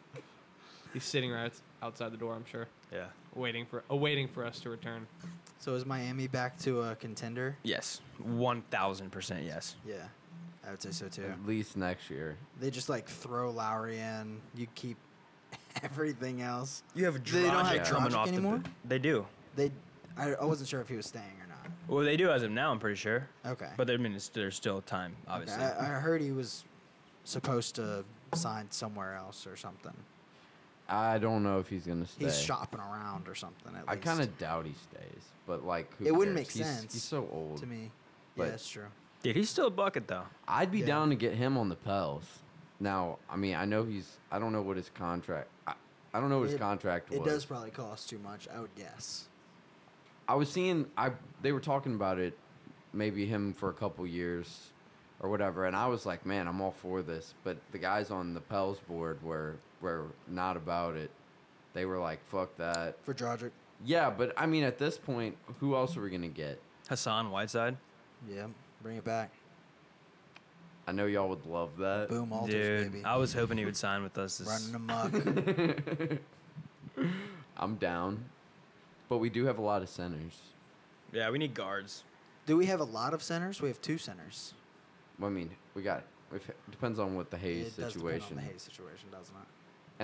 Speaker 4: He's sitting right outside the door. I'm sure,
Speaker 7: yeah.
Speaker 4: waiting for awaiting for us to return.
Speaker 8: So is Miami back to a contender?
Speaker 7: Yes. One thousand percent. Yes.
Speaker 8: Yeah, I would say so too.
Speaker 6: At least next year.
Speaker 8: They just like throw Lowry in. You keep everything else.
Speaker 7: You have
Speaker 8: They don't have Dragic anymore?
Speaker 7: The, they do.
Speaker 8: They, I, I wasn't sure if he was staying or not.
Speaker 7: Well, they do as of now. I'm pretty sure.
Speaker 8: Okay.
Speaker 7: But I mean, it's, there's still time,
Speaker 8: Okay,
Speaker 7: obviously.
Speaker 8: I, I heard he was supposed to sign somewhere else or something.
Speaker 6: I don't know if he's going to stay.
Speaker 8: He's shopping around or something. At
Speaker 6: I
Speaker 8: least,
Speaker 6: kind of doubt he stays, but like, who
Speaker 8: It wouldn't
Speaker 6: cares?
Speaker 8: make
Speaker 6: He's-
Speaker 8: sense
Speaker 6: He's so old.
Speaker 8: to me. Yeah,
Speaker 6: but-
Speaker 8: that's true.
Speaker 7: Dude, he's still a bucket though.
Speaker 6: I'd be
Speaker 8: Yeah.
Speaker 6: down to get him on the Pels. Now, I mean, I know he's. I don't know what his contract. I, I don't know what his
Speaker 8: It-
Speaker 6: contract was.
Speaker 8: It does probably cost too much. I would guess.
Speaker 6: I was seeing I they were talking about it, maybe him for a couple years or whatever, and I was like, man, I'm all for this. But the guys on the Pels board were were not about it. They were like, fuck that.
Speaker 8: For Drogic.
Speaker 6: Yeah, but I mean, at this point, who else are we gonna get?
Speaker 7: Hassan Whiteside.
Speaker 8: Yeah, bring it back.
Speaker 6: I know y'all would love that.
Speaker 8: Boom, alters,
Speaker 7: Dude,
Speaker 8: baby.
Speaker 7: I was hoping he would sign with us. This,
Speaker 8: Running amok.
Speaker 6: I'm down, but we do have a lot of centers.
Speaker 7: yeah, we need guards.
Speaker 8: Do we have a lot of centers? We have two centers.
Speaker 6: I mean, we got. It depends on what the Hayes
Speaker 8: it does depend on
Speaker 6: situation.
Speaker 8: the Hayes situation, doesn't it?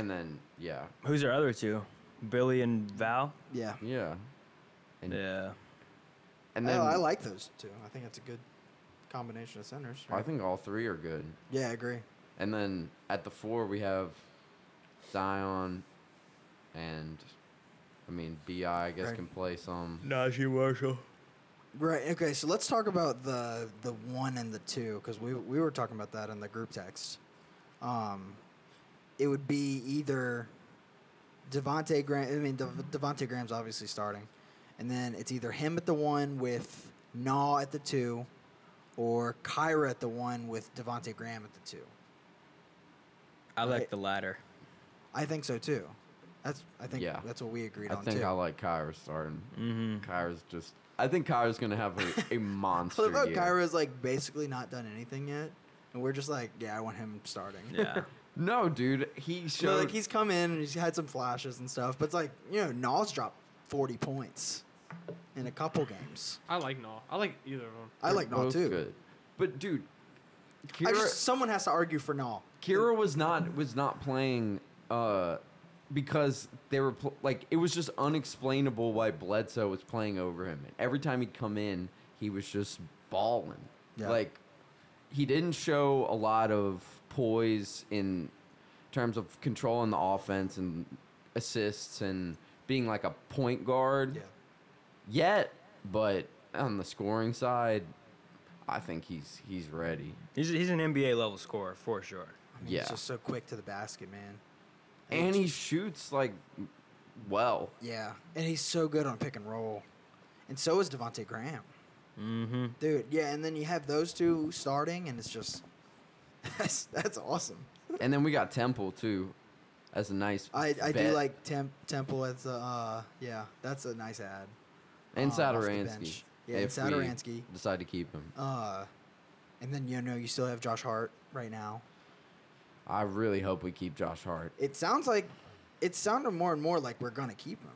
Speaker 6: And then yeah,
Speaker 7: Who's our other two? Billy and Val.
Speaker 8: Yeah.
Speaker 6: yeah, and
Speaker 7: Yeah.
Speaker 6: and then
Speaker 8: Oh, I, I like those two. I think that's a good combination of centers.
Speaker 6: I
Speaker 8: right?
Speaker 6: think all three are good.
Speaker 8: yeah, I agree.
Speaker 6: And then at the four we have Zion and I mean Bi I guess
Speaker 8: Right.
Speaker 6: can play some.
Speaker 7: Najee Marshall.
Speaker 8: Right. Okay. So let's talk about the the one and the two because we we were talking about that in the group text. Um, it would be either Devonte Graham. I mean, Devonte Graham's obviously starting, and then it's either him at the one with Naw at the two, or Kyra at the one with Devonte Graham at the two.
Speaker 7: I like
Speaker 8: Right.
Speaker 7: the latter.
Speaker 8: I think so too. That's I think
Speaker 6: Yeah.
Speaker 8: that's what we agreed
Speaker 6: I
Speaker 8: on
Speaker 6: think
Speaker 8: too.
Speaker 6: I like Kyra starting.
Speaker 7: Mm-hmm.
Speaker 6: Kyra's just I think Kyra's gonna have a, a monster
Speaker 8: What about
Speaker 6: year.
Speaker 8: Kyra's like basically not done anything yet, and we're just like, yeah, I want him starting.
Speaker 7: Yeah.
Speaker 6: No, dude, he
Speaker 8: No,
Speaker 6: showed
Speaker 8: like he's come in and he's had some flashes and stuff, but it's like you know, Nas dropped forty points in a couple games.
Speaker 4: I like Naw. I like either of them.
Speaker 8: I
Speaker 6: they're
Speaker 8: like Nas
Speaker 6: both
Speaker 8: too.
Speaker 6: Good. But dude,
Speaker 8: I
Speaker 6: Kira,
Speaker 8: just, someone has to argue for Nall.
Speaker 6: Kira was not was not playing uh, because they were pl- like it was just unexplainable why Bledsoe was playing over him. And every time he'd come in, he was just balling.
Speaker 8: Yeah.
Speaker 6: Like he didn't show a lot of poise in terms of controlling the offense and assists and being like a point guard
Speaker 8: Yeah.
Speaker 6: yet. But on the scoring side, I think he's he's ready.
Speaker 7: He's, he's an NBA level scorer for sure.
Speaker 8: I mean,
Speaker 6: yeah.
Speaker 8: He's just so quick to the basket, man.
Speaker 6: and
Speaker 8: he's-
Speaker 6: he shoots like well.
Speaker 8: Yeah, and he's so good on pick and roll, and so is Devonte Graham,
Speaker 7: Mm-hmm.
Speaker 8: dude. Yeah, and then you have those two starting, and it's just that's that's awesome.
Speaker 6: And then we got Temple too, as a nice.
Speaker 8: I, I do
Speaker 6: vet.
Speaker 8: like Temp, Temple as a uh, yeah, that's a nice ad.
Speaker 6: and
Speaker 8: uh, off the
Speaker 6: Saturansky.
Speaker 8: bench. Yeah, and
Speaker 6: if we
Speaker 8: Satoransky.
Speaker 6: Decide to keep him.
Speaker 8: Uh, and then you know you still have Josh Hart right now.
Speaker 6: I really hope we keep Josh Hart.
Speaker 8: It sounds like it's sounding more and more like we're gonna keep him.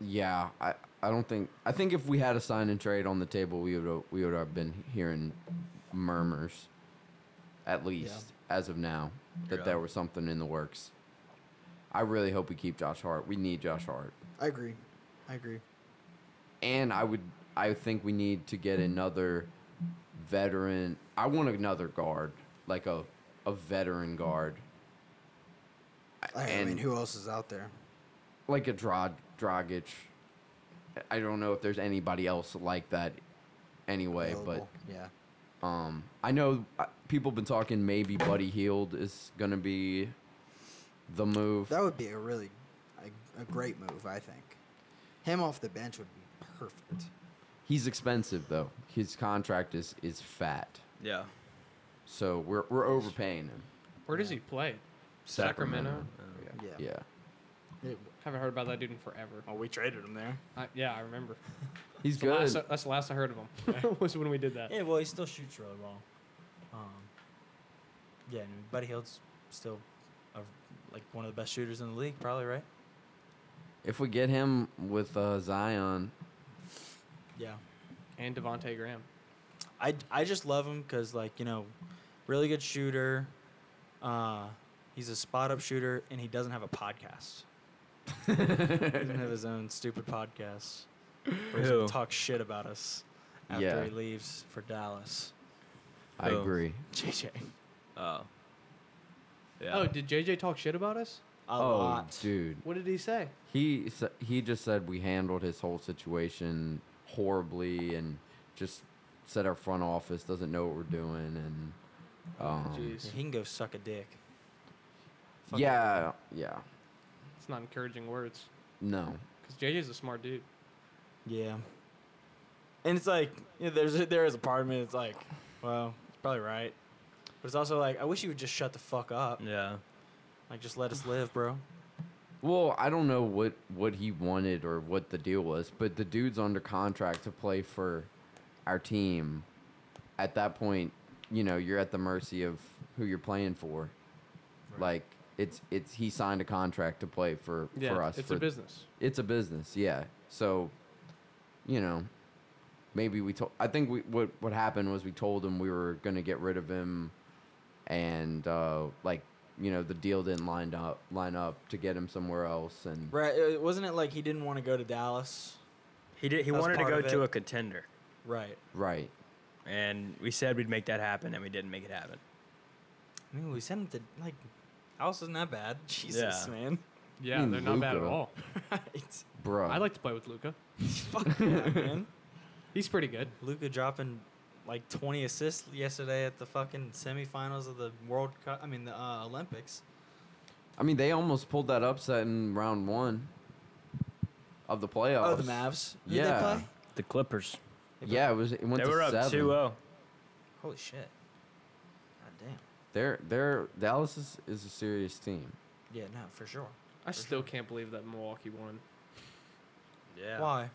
Speaker 6: Yeah, I, I don't think I think if we had a sign and trade on the table, we would we would have been hearing murmurs, at least as of now, that
Speaker 7: Yeah.
Speaker 6: there was something in the works. I really hope we keep Josh Hart. We need Josh Hart.
Speaker 8: I agree. I agree.
Speaker 6: and I would I think we need to get another veteran. I want another guard, like a a veteran guard,
Speaker 8: I, I
Speaker 6: And-
Speaker 8: mean, who else is out there?
Speaker 6: like a Drod Dragic. I don't know if there's anybody else like that anyway,
Speaker 8: available? yeah,
Speaker 6: but um I know uh, people been talking maybe Buddy Healed is going to be the move.
Speaker 8: that would be a really a, a great move. I think him off the bench would be perfect.
Speaker 6: He's expensive though. His contract is is fat.
Speaker 7: Yeah.
Speaker 6: So we're we're overpaying him.
Speaker 4: Where does he play? Sacramento?
Speaker 8: Yeah.
Speaker 6: Yeah. yeah.
Speaker 4: Haven't heard about that dude in forever.
Speaker 9: Oh, we traded him there.
Speaker 4: I, yeah, I remember.
Speaker 6: He's
Speaker 4: That's the last-
Speaker 6: good.
Speaker 4: that's the last I heard of him. was when we did that.
Speaker 9: Yeah, well, he still shoots really well. Um, yeah, and Buddy Hield's still a, like one of the best shooters in the league, probably, right?
Speaker 6: If we get him with uh, Zion,
Speaker 9: Yeah.
Speaker 4: And Devonte Graham.
Speaker 9: I, I just love him because, like, you know, really good shooter. Uh, he's a spot up shooter, and he doesn't have a podcast. he doesn't have his own stupid podcast where he's
Speaker 7: Who?
Speaker 9: going to talk shit about us after
Speaker 6: Yeah.
Speaker 9: he leaves for Dallas.
Speaker 6: I
Speaker 7: Oh.
Speaker 6: agree.
Speaker 9: JJ.
Speaker 7: Oh. Yeah.
Speaker 4: Oh, did JJ talk shit about us?
Speaker 9: A
Speaker 6: oh,
Speaker 9: lot.
Speaker 6: dude,
Speaker 4: What did he say?
Speaker 6: he s- he just said we handled his whole situation horribly and just said our front office doesn't know what we're doing and um,
Speaker 4: Jeez.
Speaker 9: Yeah, he can go suck a dick. Fuck
Speaker 6: yeah, yeah,
Speaker 4: It's not encouraging words.
Speaker 6: no,
Speaker 4: Because JJ's a smart dude.
Speaker 9: Yeah. And it's like you know, there's a, there is a part of me that's like, well, it's probably right, but it's also like I wish you would just shut the fuck up.
Speaker 6: Mm.
Speaker 7: Yeah.
Speaker 9: Like just let us live, bro.
Speaker 6: Well, I don't know what what he wanted or what the deal was, but the dude's under contract to play for our team. At that point, you know, you're at the mercy of who you're playing for. Like it's it's he signed a contract to play for
Speaker 4: Yeah,
Speaker 6: for us.
Speaker 4: it's
Speaker 6: for,
Speaker 4: a business.
Speaker 6: It's a business, yeah. So, you know, maybe we told. I think we what what happened was we told him we were gonna get rid of him, and uh, like you know the deal didn't line up line up to get him somewhere else, and
Speaker 9: Right? uh, Wasn't it like he didn't want to go to Dallas?
Speaker 7: He did. He
Speaker 9: That was
Speaker 7: wanted to
Speaker 9: part
Speaker 7: go
Speaker 9: of
Speaker 7: to
Speaker 9: it.
Speaker 7: a contender,
Speaker 9: Right.
Speaker 6: right,
Speaker 7: and we said we'd make that happen, and we didn't make it happen.
Speaker 9: I mean, we sent him to like, Dallas isn't that bad. Jesus,
Speaker 7: Yeah.
Speaker 9: man.
Speaker 4: Yeah,
Speaker 6: mean
Speaker 4: they're not bad at
Speaker 6: Luka.
Speaker 4: all.
Speaker 9: right.
Speaker 6: bro.
Speaker 4: I'd like to play with Luca.
Speaker 9: Fuck yeah, man.
Speaker 4: He's pretty good.
Speaker 9: Luca dropping like 20 assists yesterday at the fucking semifinals of the World Cup. I mean, the uh, Olympics.
Speaker 6: I mean, they almost pulled that upset in round one of the playoffs.
Speaker 9: Oh, the Mavs. Who did
Speaker 6: Yeah.
Speaker 9: they play?
Speaker 7: The Clippers.
Speaker 6: Yeah, it was. It
Speaker 7: they
Speaker 6: went to
Speaker 7: were
Speaker 6: seven.
Speaker 7: up oh. 2-0.
Speaker 9: Holy shit. God damn.
Speaker 6: They're they're Dallas is, is a serious team.
Speaker 9: Yeah, no, for sure.
Speaker 4: I still can't believe that Milwaukee won.
Speaker 7: Yeah.
Speaker 9: Why?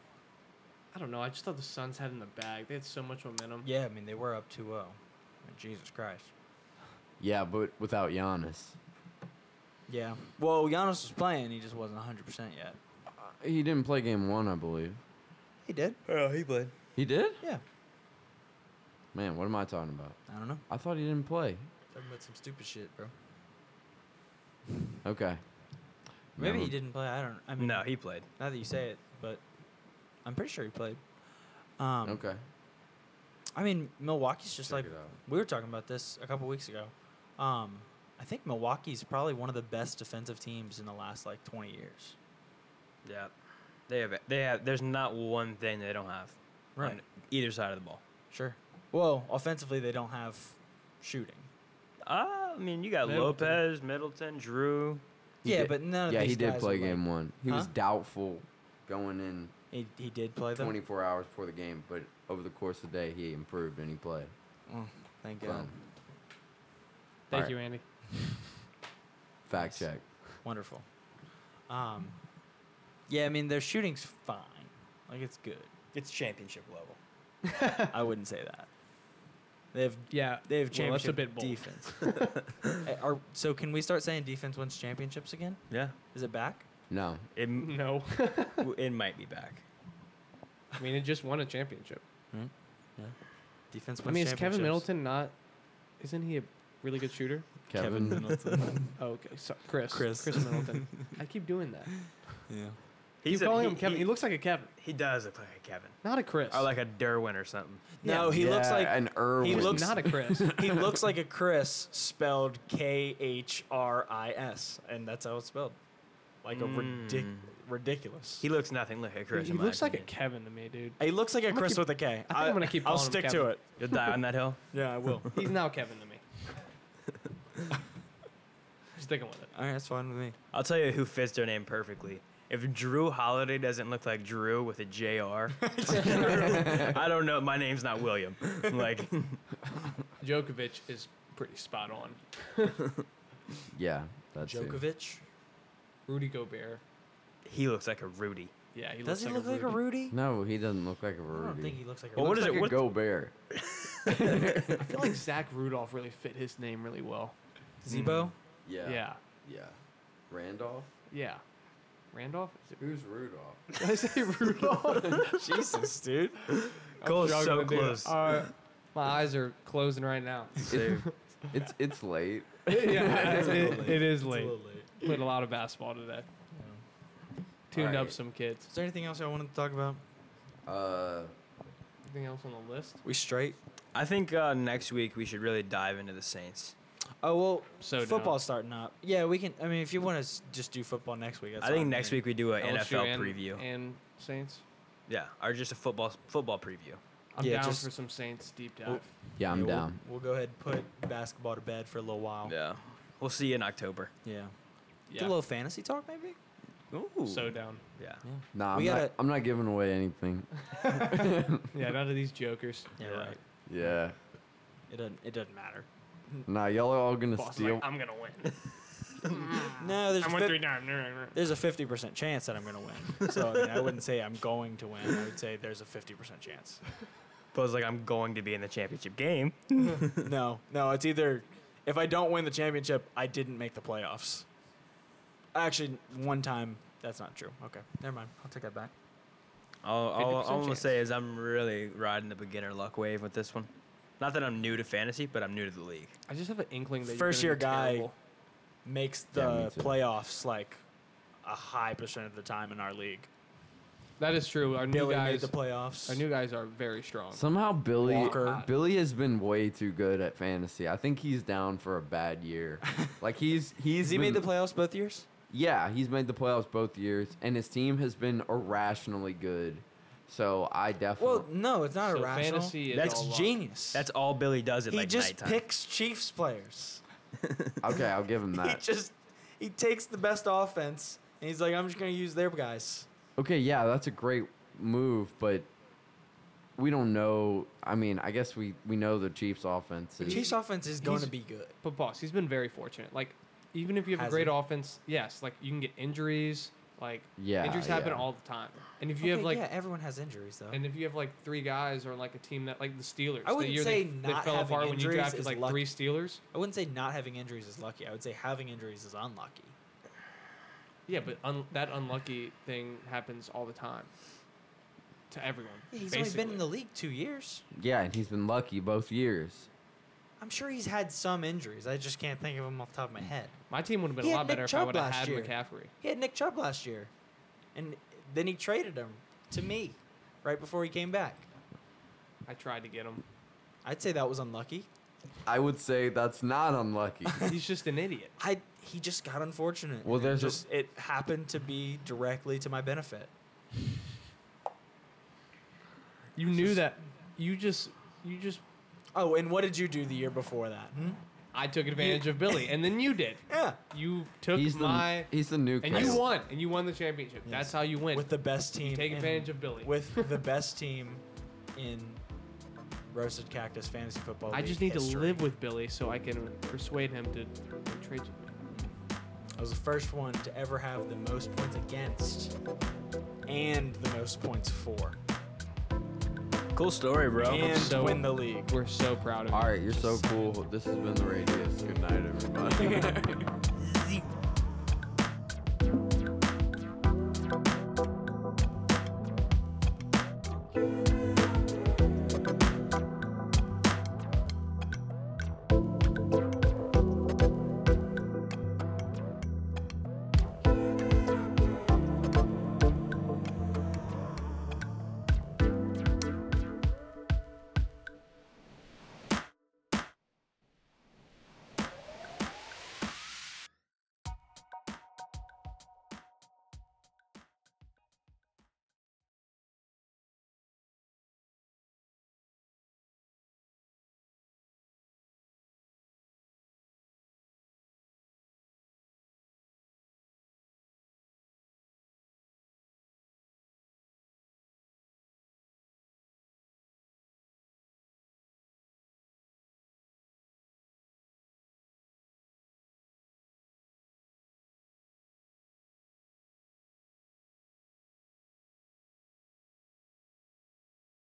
Speaker 4: I don't know. I just thought the Suns had it in the bag. They had so much momentum.
Speaker 9: Yeah, I mean, they were up 2 0. Jesus Christ.
Speaker 6: Yeah, but without Giannis,
Speaker 9: Yeah. Well, Giannis was playing. He just wasn't 100% yet.
Speaker 6: he didn't play game one, I believe.
Speaker 8: He did.
Speaker 7: Oh, he played.
Speaker 6: He did.
Speaker 9: Yeah.
Speaker 6: Man, what am I talking about?
Speaker 8: I don't know.
Speaker 6: I thought he didn't play.
Speaker 9: Talking about some stupid shit, bro.
Speaker 6: Okay.
Speaker 9: Maybe
Speaker 6: Remember-
Speaker 9: he didn't play. I don't. I mean,
Speaker 7: No, he played.
Speaker 9: Now that you say it, but I'm pretty sure he played. Um,
Speaker 6: Okay.
Speaker 9: I mean, Milwaukee's just like
Speaker 6: check it out.
Speaker 9: we were talking about this a couple weeks ago. Um, I think Milwaukee's probably one of the best defensive teams in the last like 20 years.
Speaker 7: Yeah. They have. They have. There's not one thing they don't have. on
Speaker 9: Right.
Speaker 7: either side of the ball.
Speaker 9: Sure. Well, offensively, they don't have shooting.
Speaker 7: Uh, I mean, you got
Speaker 4: Middleton.
Speaker 7: Lopez, Middleton, Drew.
Speaker 6: He
Speaker 9: yeah,
Speaker 6: did-
Speaker 9: but none of
Speaker 6: Yeah,
Speaker 9: these
Speaker 6: he did
Speaker 9: guys
Speaker 6: play
Speaker 9: are, like-
Speaker 6: game one. He was
Speaker 9: Huh?
Speaker 6: doubtful going in
Speaker 9: He, he did play them.
Speaker 6: 24 hours before the game, but over the course of the day, he improved and he played.
Speaker 9: Oh, thank
Speaker 6: So,
Speaker 9: God.
Speaker 4: Thank
Speaker 6: Alright.
Speaker 4: you, Andy.
Speaker 6: fact check.
Speaker 9: Wonderful. Um, yeah, I mean their shooting's fine. Like it's good.
Speaker 2: It's championship level.
Speaker 9: I wouldn't say that. They have
Speaker 4: Yeah,
Speaker 9: they have
Speaker 4: well, that's a
Speaker 9: championship
Speaker 4: bit bold.
Speaker 9: defense. Uh, are, so can we start saying defense wins championships again?
Speaker 7: Yeah.
Speaker 9: Is it back?
Speaker 6: No.
Speaker 7: It, m-
Speaker 4: No,
Speaker 7: it might be back.
Speaker 4: I mean it just won a championship.
Speaker 9: Defense wins
Speaker 4: I mean, is Kevin
Speaker 9: championships.
Speaker 4: Middleton not? Isn't he a really good shooter?
Speaker 6: Kevin.
Speaker 9: Middleton.
Speaker 4: Oh, okay, so, Chris.
Speaker 9: Chris.
Speaker 4: Chris Middleton. I keep doing that.
Speaker 9: yeah.
Speaker 4: He's
Speaker 7: a-
Speaker 4: keep calling
Speaker 7: he-
Speaker 4: him Kevin. He,
Speaker 7: He,
Speaker 4: looks like a Kevin,
Speaker 7: he does look like a Kevin,
Speaker 4: not a Chris.
Speaker 7: or like a Derwin or something.
Speaker 9: No, he looks
Speaker 6: Yeah,
Speaker 9: like
Speaker 6: an Irwin.
Speaker 9: he looks-
Speaker 4: not a Chris.
Speaker 9: he looks like a Chris spelled K H R I S, and that's how it's spelled. Like a ridic-
Speaker 4: Hmm.
Speaker 7: Mm.
Speaker 9: ridiculous.
Speaker 7: He looks nothing like a Chris.
Speaker 4: he
Speaker 7: in my
Speaker 4: looks like a
Speaker 7: opinion.
Speaker 4: Kevin to me, dude.
Speaker 9: he looks like a
Speaker 4: gonna
Speaker 9: Chris
Speaker 4: keep-
Speaker 9: with a K. I
Speaker 4: think I'm gonna keep
Speaker 9: I'll
Speaker 4: calling him
Speaker 9: stick to
Speaker 4: Kevin.
Speaker 9: it.
Speaker 7: You'll die on that hill.
Speaker 9: Yeah, I will.
Speaker 4: He's now Kevin to me. I'm sticking with it.
Speaker 9: All right, that's fine with me.
Speaker 7: I'll tell you who fits their name perfectly. If Drew Holiday doesn't look like Drew with a JR, I don't know. My name's not William. Like,
Speaker 4: Djokovic is pretty spot on.
Speaker 6: Yeah, that's it.
Speaker 9: Djokovic.
Speaker 4: Rudy Gobert.
Speaker 7: he looks like a Rudy.
Speaker 4: Yeah, he
Speaker 9: Does
Speaker 4: looks
Speaker 9: he
Speaker 4: like
Speaker 9: look like a
Speaker 4: Rudy.
Speaker 9: Rudy?
Speaker 6: No, he doesn't look like a Rudy.
Speaker 9: I don't think he looks like a
Speaker 7: Well,
Speaker 9: Rudy.
Speaker 7: what is
Speaker 6: like
Speaker 7: it?
Speaker 6: a
Speaker 7: What,
Speaker 6: Go Bear.
Speaker 4: I feel like Zach Rudolph really fit his name really well.
Speaker 9: Zebo?
Speaker 6: Yeah.
Speaker 4: Yeah.
Speaker 6: Yeah. Randolph?
Speaker 4: Yeah. Randolph? Is it
Speaker 6: Who's Rudolph?
Speaker 4: Did I say Rudolph?
Speaker 9: Jesus, dude.
Speaker 7: Cole's
Speaker 4: Struggling,
Speaker 7: so
Speaker 4: dude.
Speaker 7: close.
Speaker 4: Uh, my eyes are closing right now.
Speaker 6: It's it's late.
Speaker 4: yeah, it, it- it is
Speaker 9: It's a
Speaker 4: late.
Speaker 9: little late.
Speaker 4: Played a lot of basketball today. Tuned up
Speaker 6: Alright.
Speaker 4: some kids.
Speaker 9: Is there anything else I wanted to talk about?
Speaker 6: Uh,
Speaker 4: Anything else on the list?
Speaker 9: We straight.
Speaker 7: I think uh, next week we should really dive into the Saints.
Speaker 9: Oh well,
Speaker 4: So down.
Speaker 9: football's starting up. Yeah, we can. I mean, if you want to just do football next week, that's
Speaker 7: I think
Speaker 9: fine.
Speaker 7: next week we do an
Speaker 4: LSU
Speaker 7: NFL
Speaker 4: and-
Speaker 7: preview.
Speaker 4: and Saints.
Speaker 7: yeah, or just a football football preview.
Speaker 4: I'm
Speaker 9: Yeah,
Speaker 4: down
Speaker 9: just-
Speaker 4: for some Saints deep dive.
Speaker 9: Well,
Speaker 6: yeah, I'm
Speaker 9: Yeah, we'll-
Speaker 6: down.
Speaker 9: We'll, go ahead and put basketball to bed for a little while. Yeah.
Speaker 7: Yeah, we'll see you in October.
Speaker 9: Do a
Speaker 4: yeah,
Speaker 9: little fantasy talk, maybe.
Speaker 7: Ooh.
Speaker 4: so down.
Speaker 7: yeah.
Speaker 6: Nah, I'm,
Speaker 9: We
Speaker 6: not,
Speaker 9: gotta-
Speaker 6: I'm not giving away anything.
Speaker 4: Yeah, none of these jokers.
Speaker 7: Yeah.
Speaker 6: Yeah.
Speaker 9: It doesn't. It doesn't matter.
Speaker 6: Nah, y'all are all gonna
Speaker 4: Boss,
Speaker 6: steal.
Speaker 4: like, I'm gonna win.
Speaker 9: No, there's
Speaker 4: I
Speaker 9: a
Speaker 4: went
Speaker 9: fif-
Speaker 4: three times.
Speaker 9: there's a fifty percent chance that I'm gonna win. So I, mean, I wouldn't say I'm going to win. I would say there's a fifty percent chance.
Speaker 7: Feels like I'm going to be in the championship game.
Speaker 9: No, no, it's either if I don't win the championship, I didn't make the playoffs. Actually, one time that's not true. Okay, never mind. I'll take that back.
Speaker 7: All, all, all I'm
Speaker 4: 50%
Speaker 7: gonna
Speaker 4: chance.
Speaker 7: say is I'm really riding the beginner luck wave with this one. Not that I'm new to fantasy, but I'm new to the league.
Speaker 4: I just have an inkling that
Speaker 9: First
Speaker 4: you're
Speaker 9: year
Speaker 4: gonna
Speaker 9: guy
Speaker 4: be terrible.
Speaker 9: makes the
Speaker 6: Yeah, me too.
Speaker 9: playoffs like a high percent of the time in our league.
Speaker 4: That is true. Our new
Speaker 9: Billy
Speaker 4: guys.
Speaker 9: made the playoffs.
Speaker 4: Our new guys are very strong.
Speaker 6: Somehow Billy
Speaker 9: Walker.
Speaker 6: Billy has been way too good at fantasy. I think he's down for a bad year. Like he's he's
Speaker 9: Has he made the
Speaker 6: been-
Speaker 9: playoffs both years?
Speaker 6: Yeah, he's made the playoffs both years, and his team has been irrationally good. So I definitely
Speaker 9: Well, no, it's not
Speaker 4: So
Speaker 9: irrational.
Speaker 4: fantasy is
Speaker 9: that's
Speaker 4: all luck.
Speaker 9: genius.
Speaker 7: That's all Billy does at
Speaker 9: he
Speaker 7: like
Speaker 9: just
Speaker 7: nighttime.
Speaker 9: picks Chiefs players.
Speaker 6: okay. I'll give him
Speaker 9: He
Speaker 6: that.
Speaker 9: just he takes the best offense and he's like, I'm just gonna use their guys.
Speaker 6: Okay, yeah, that's a great move, but we don't know. I mean, I guess we we know the Chiefs' offense.
Speaker 9: The
Speaker 6: is-
Speaker 9: Chiefs offense is going to be good.
Speaker 4: But boss, he's been very fortunate. Like, even if you have
Speaker 9: Has
Speaker 4: a great
Speaker 9: he?
Speaker 4: offense, yes, like you can get injuries. Like
Speaker 6: Yeah,
Speaker 4: injuries happen
Speaker 6: yeah.
Speaker 4: all the time. And if you have
Speaker 9: Okay,
Speaker 4: like
Speaker 9: yeah, everyone has injuries though.
Speaker 4: and if you have like three guys or like a team that like the Steelers,
Speaker 9: I wouldn't
Speaker 4: the year
Speaker 9: say
Speaker 4: they,
Speaker 9: not
Speaker 4: they fell
Speaker 9: having
Speaker 4: apart when you
Speaker 9: injuries
Speaker 4: drafted
Speaker 9: is
Speaker 4: like
Speaker 9: lucky.
Speaker 4: three Steelers.
Speaker 9: I wouldn't say not having injuries is lucky. I would say having injuries is unlucky.
Speaker 4: Yeah, but un- that unlucky thing happens all the time. to everyone.
Speaker 9: He's only been in
Speaker 4: basically.
Speaker 9: the league two years.
Speaker 6: Yeah, and he's been lucky both years.
Speaker 9: I'm sure he's had some injuries. I just can't think of them off the top of my head.
Speaker 4: My team would have been
Speaker 9: He
Speaker 4: a
Speaker 9: had
Speaker 4: lot
Speaker 9: Nick
Speaker 4: better if I
Speaker 9: Chubb
Speaker 4: would have
Speaker 9: last
Speaker 4: had
Speaker 9: year.
Speaker 4: McCaffrey.
Speaker 9: He had Nick Chubb last year, and then he traded him to me right before he came back.
Speaker 4: I tried to get him.
Speaker 9: I'd say that was unlucky.
Speaker 6: I would say that's not unlucky.
Speaker 4: He's just an idiot.
Speaker 9: I he just got unfortunate.
Speaker 6: Well,
Speaker 9: and it
Speaker 6: there's a-
Speaker 9: just it happened to be directly to my benefit.
Speaker 4: You knew that. You just, you just.
Speaker 9: Oh, and what did you do the year before that? Hmm?
Speaker 4: I took advantage of Billy, and then you did.
Speaker 9: Yeah,
Speaker 4: You took
Speaker 6: he's the
Speaker 4: my,
Speaker 6: he's the new
Speaker 4: and
Speaker 6: Caleb.
Speaker 4: you won, and you won the championship. That's how you win.
Speaker 10: with the best team.
Speaker 4: take
Speaker 10: in-
Speaker 4: advantage of Billy.
Speaker 10: With the best team in roasted cactus fantasy football.
Speaker 4: I
Speaker 10: league
Speaker 4: just need to
Speaker 10: history.
Speaker 4: live with Billy so I can persuade him to trade with me.
Speaker 10: I was the first one to ever have the most points against and the most points for
Speaker 7: Cool story, bro.
Speaker 10: and
Speaker 4: so-
Speaker 10: win the league.
Speaker 4: We're so proud of you.
Speaker 6: All right, you're so cool. This has been the radius. Good night, everybody.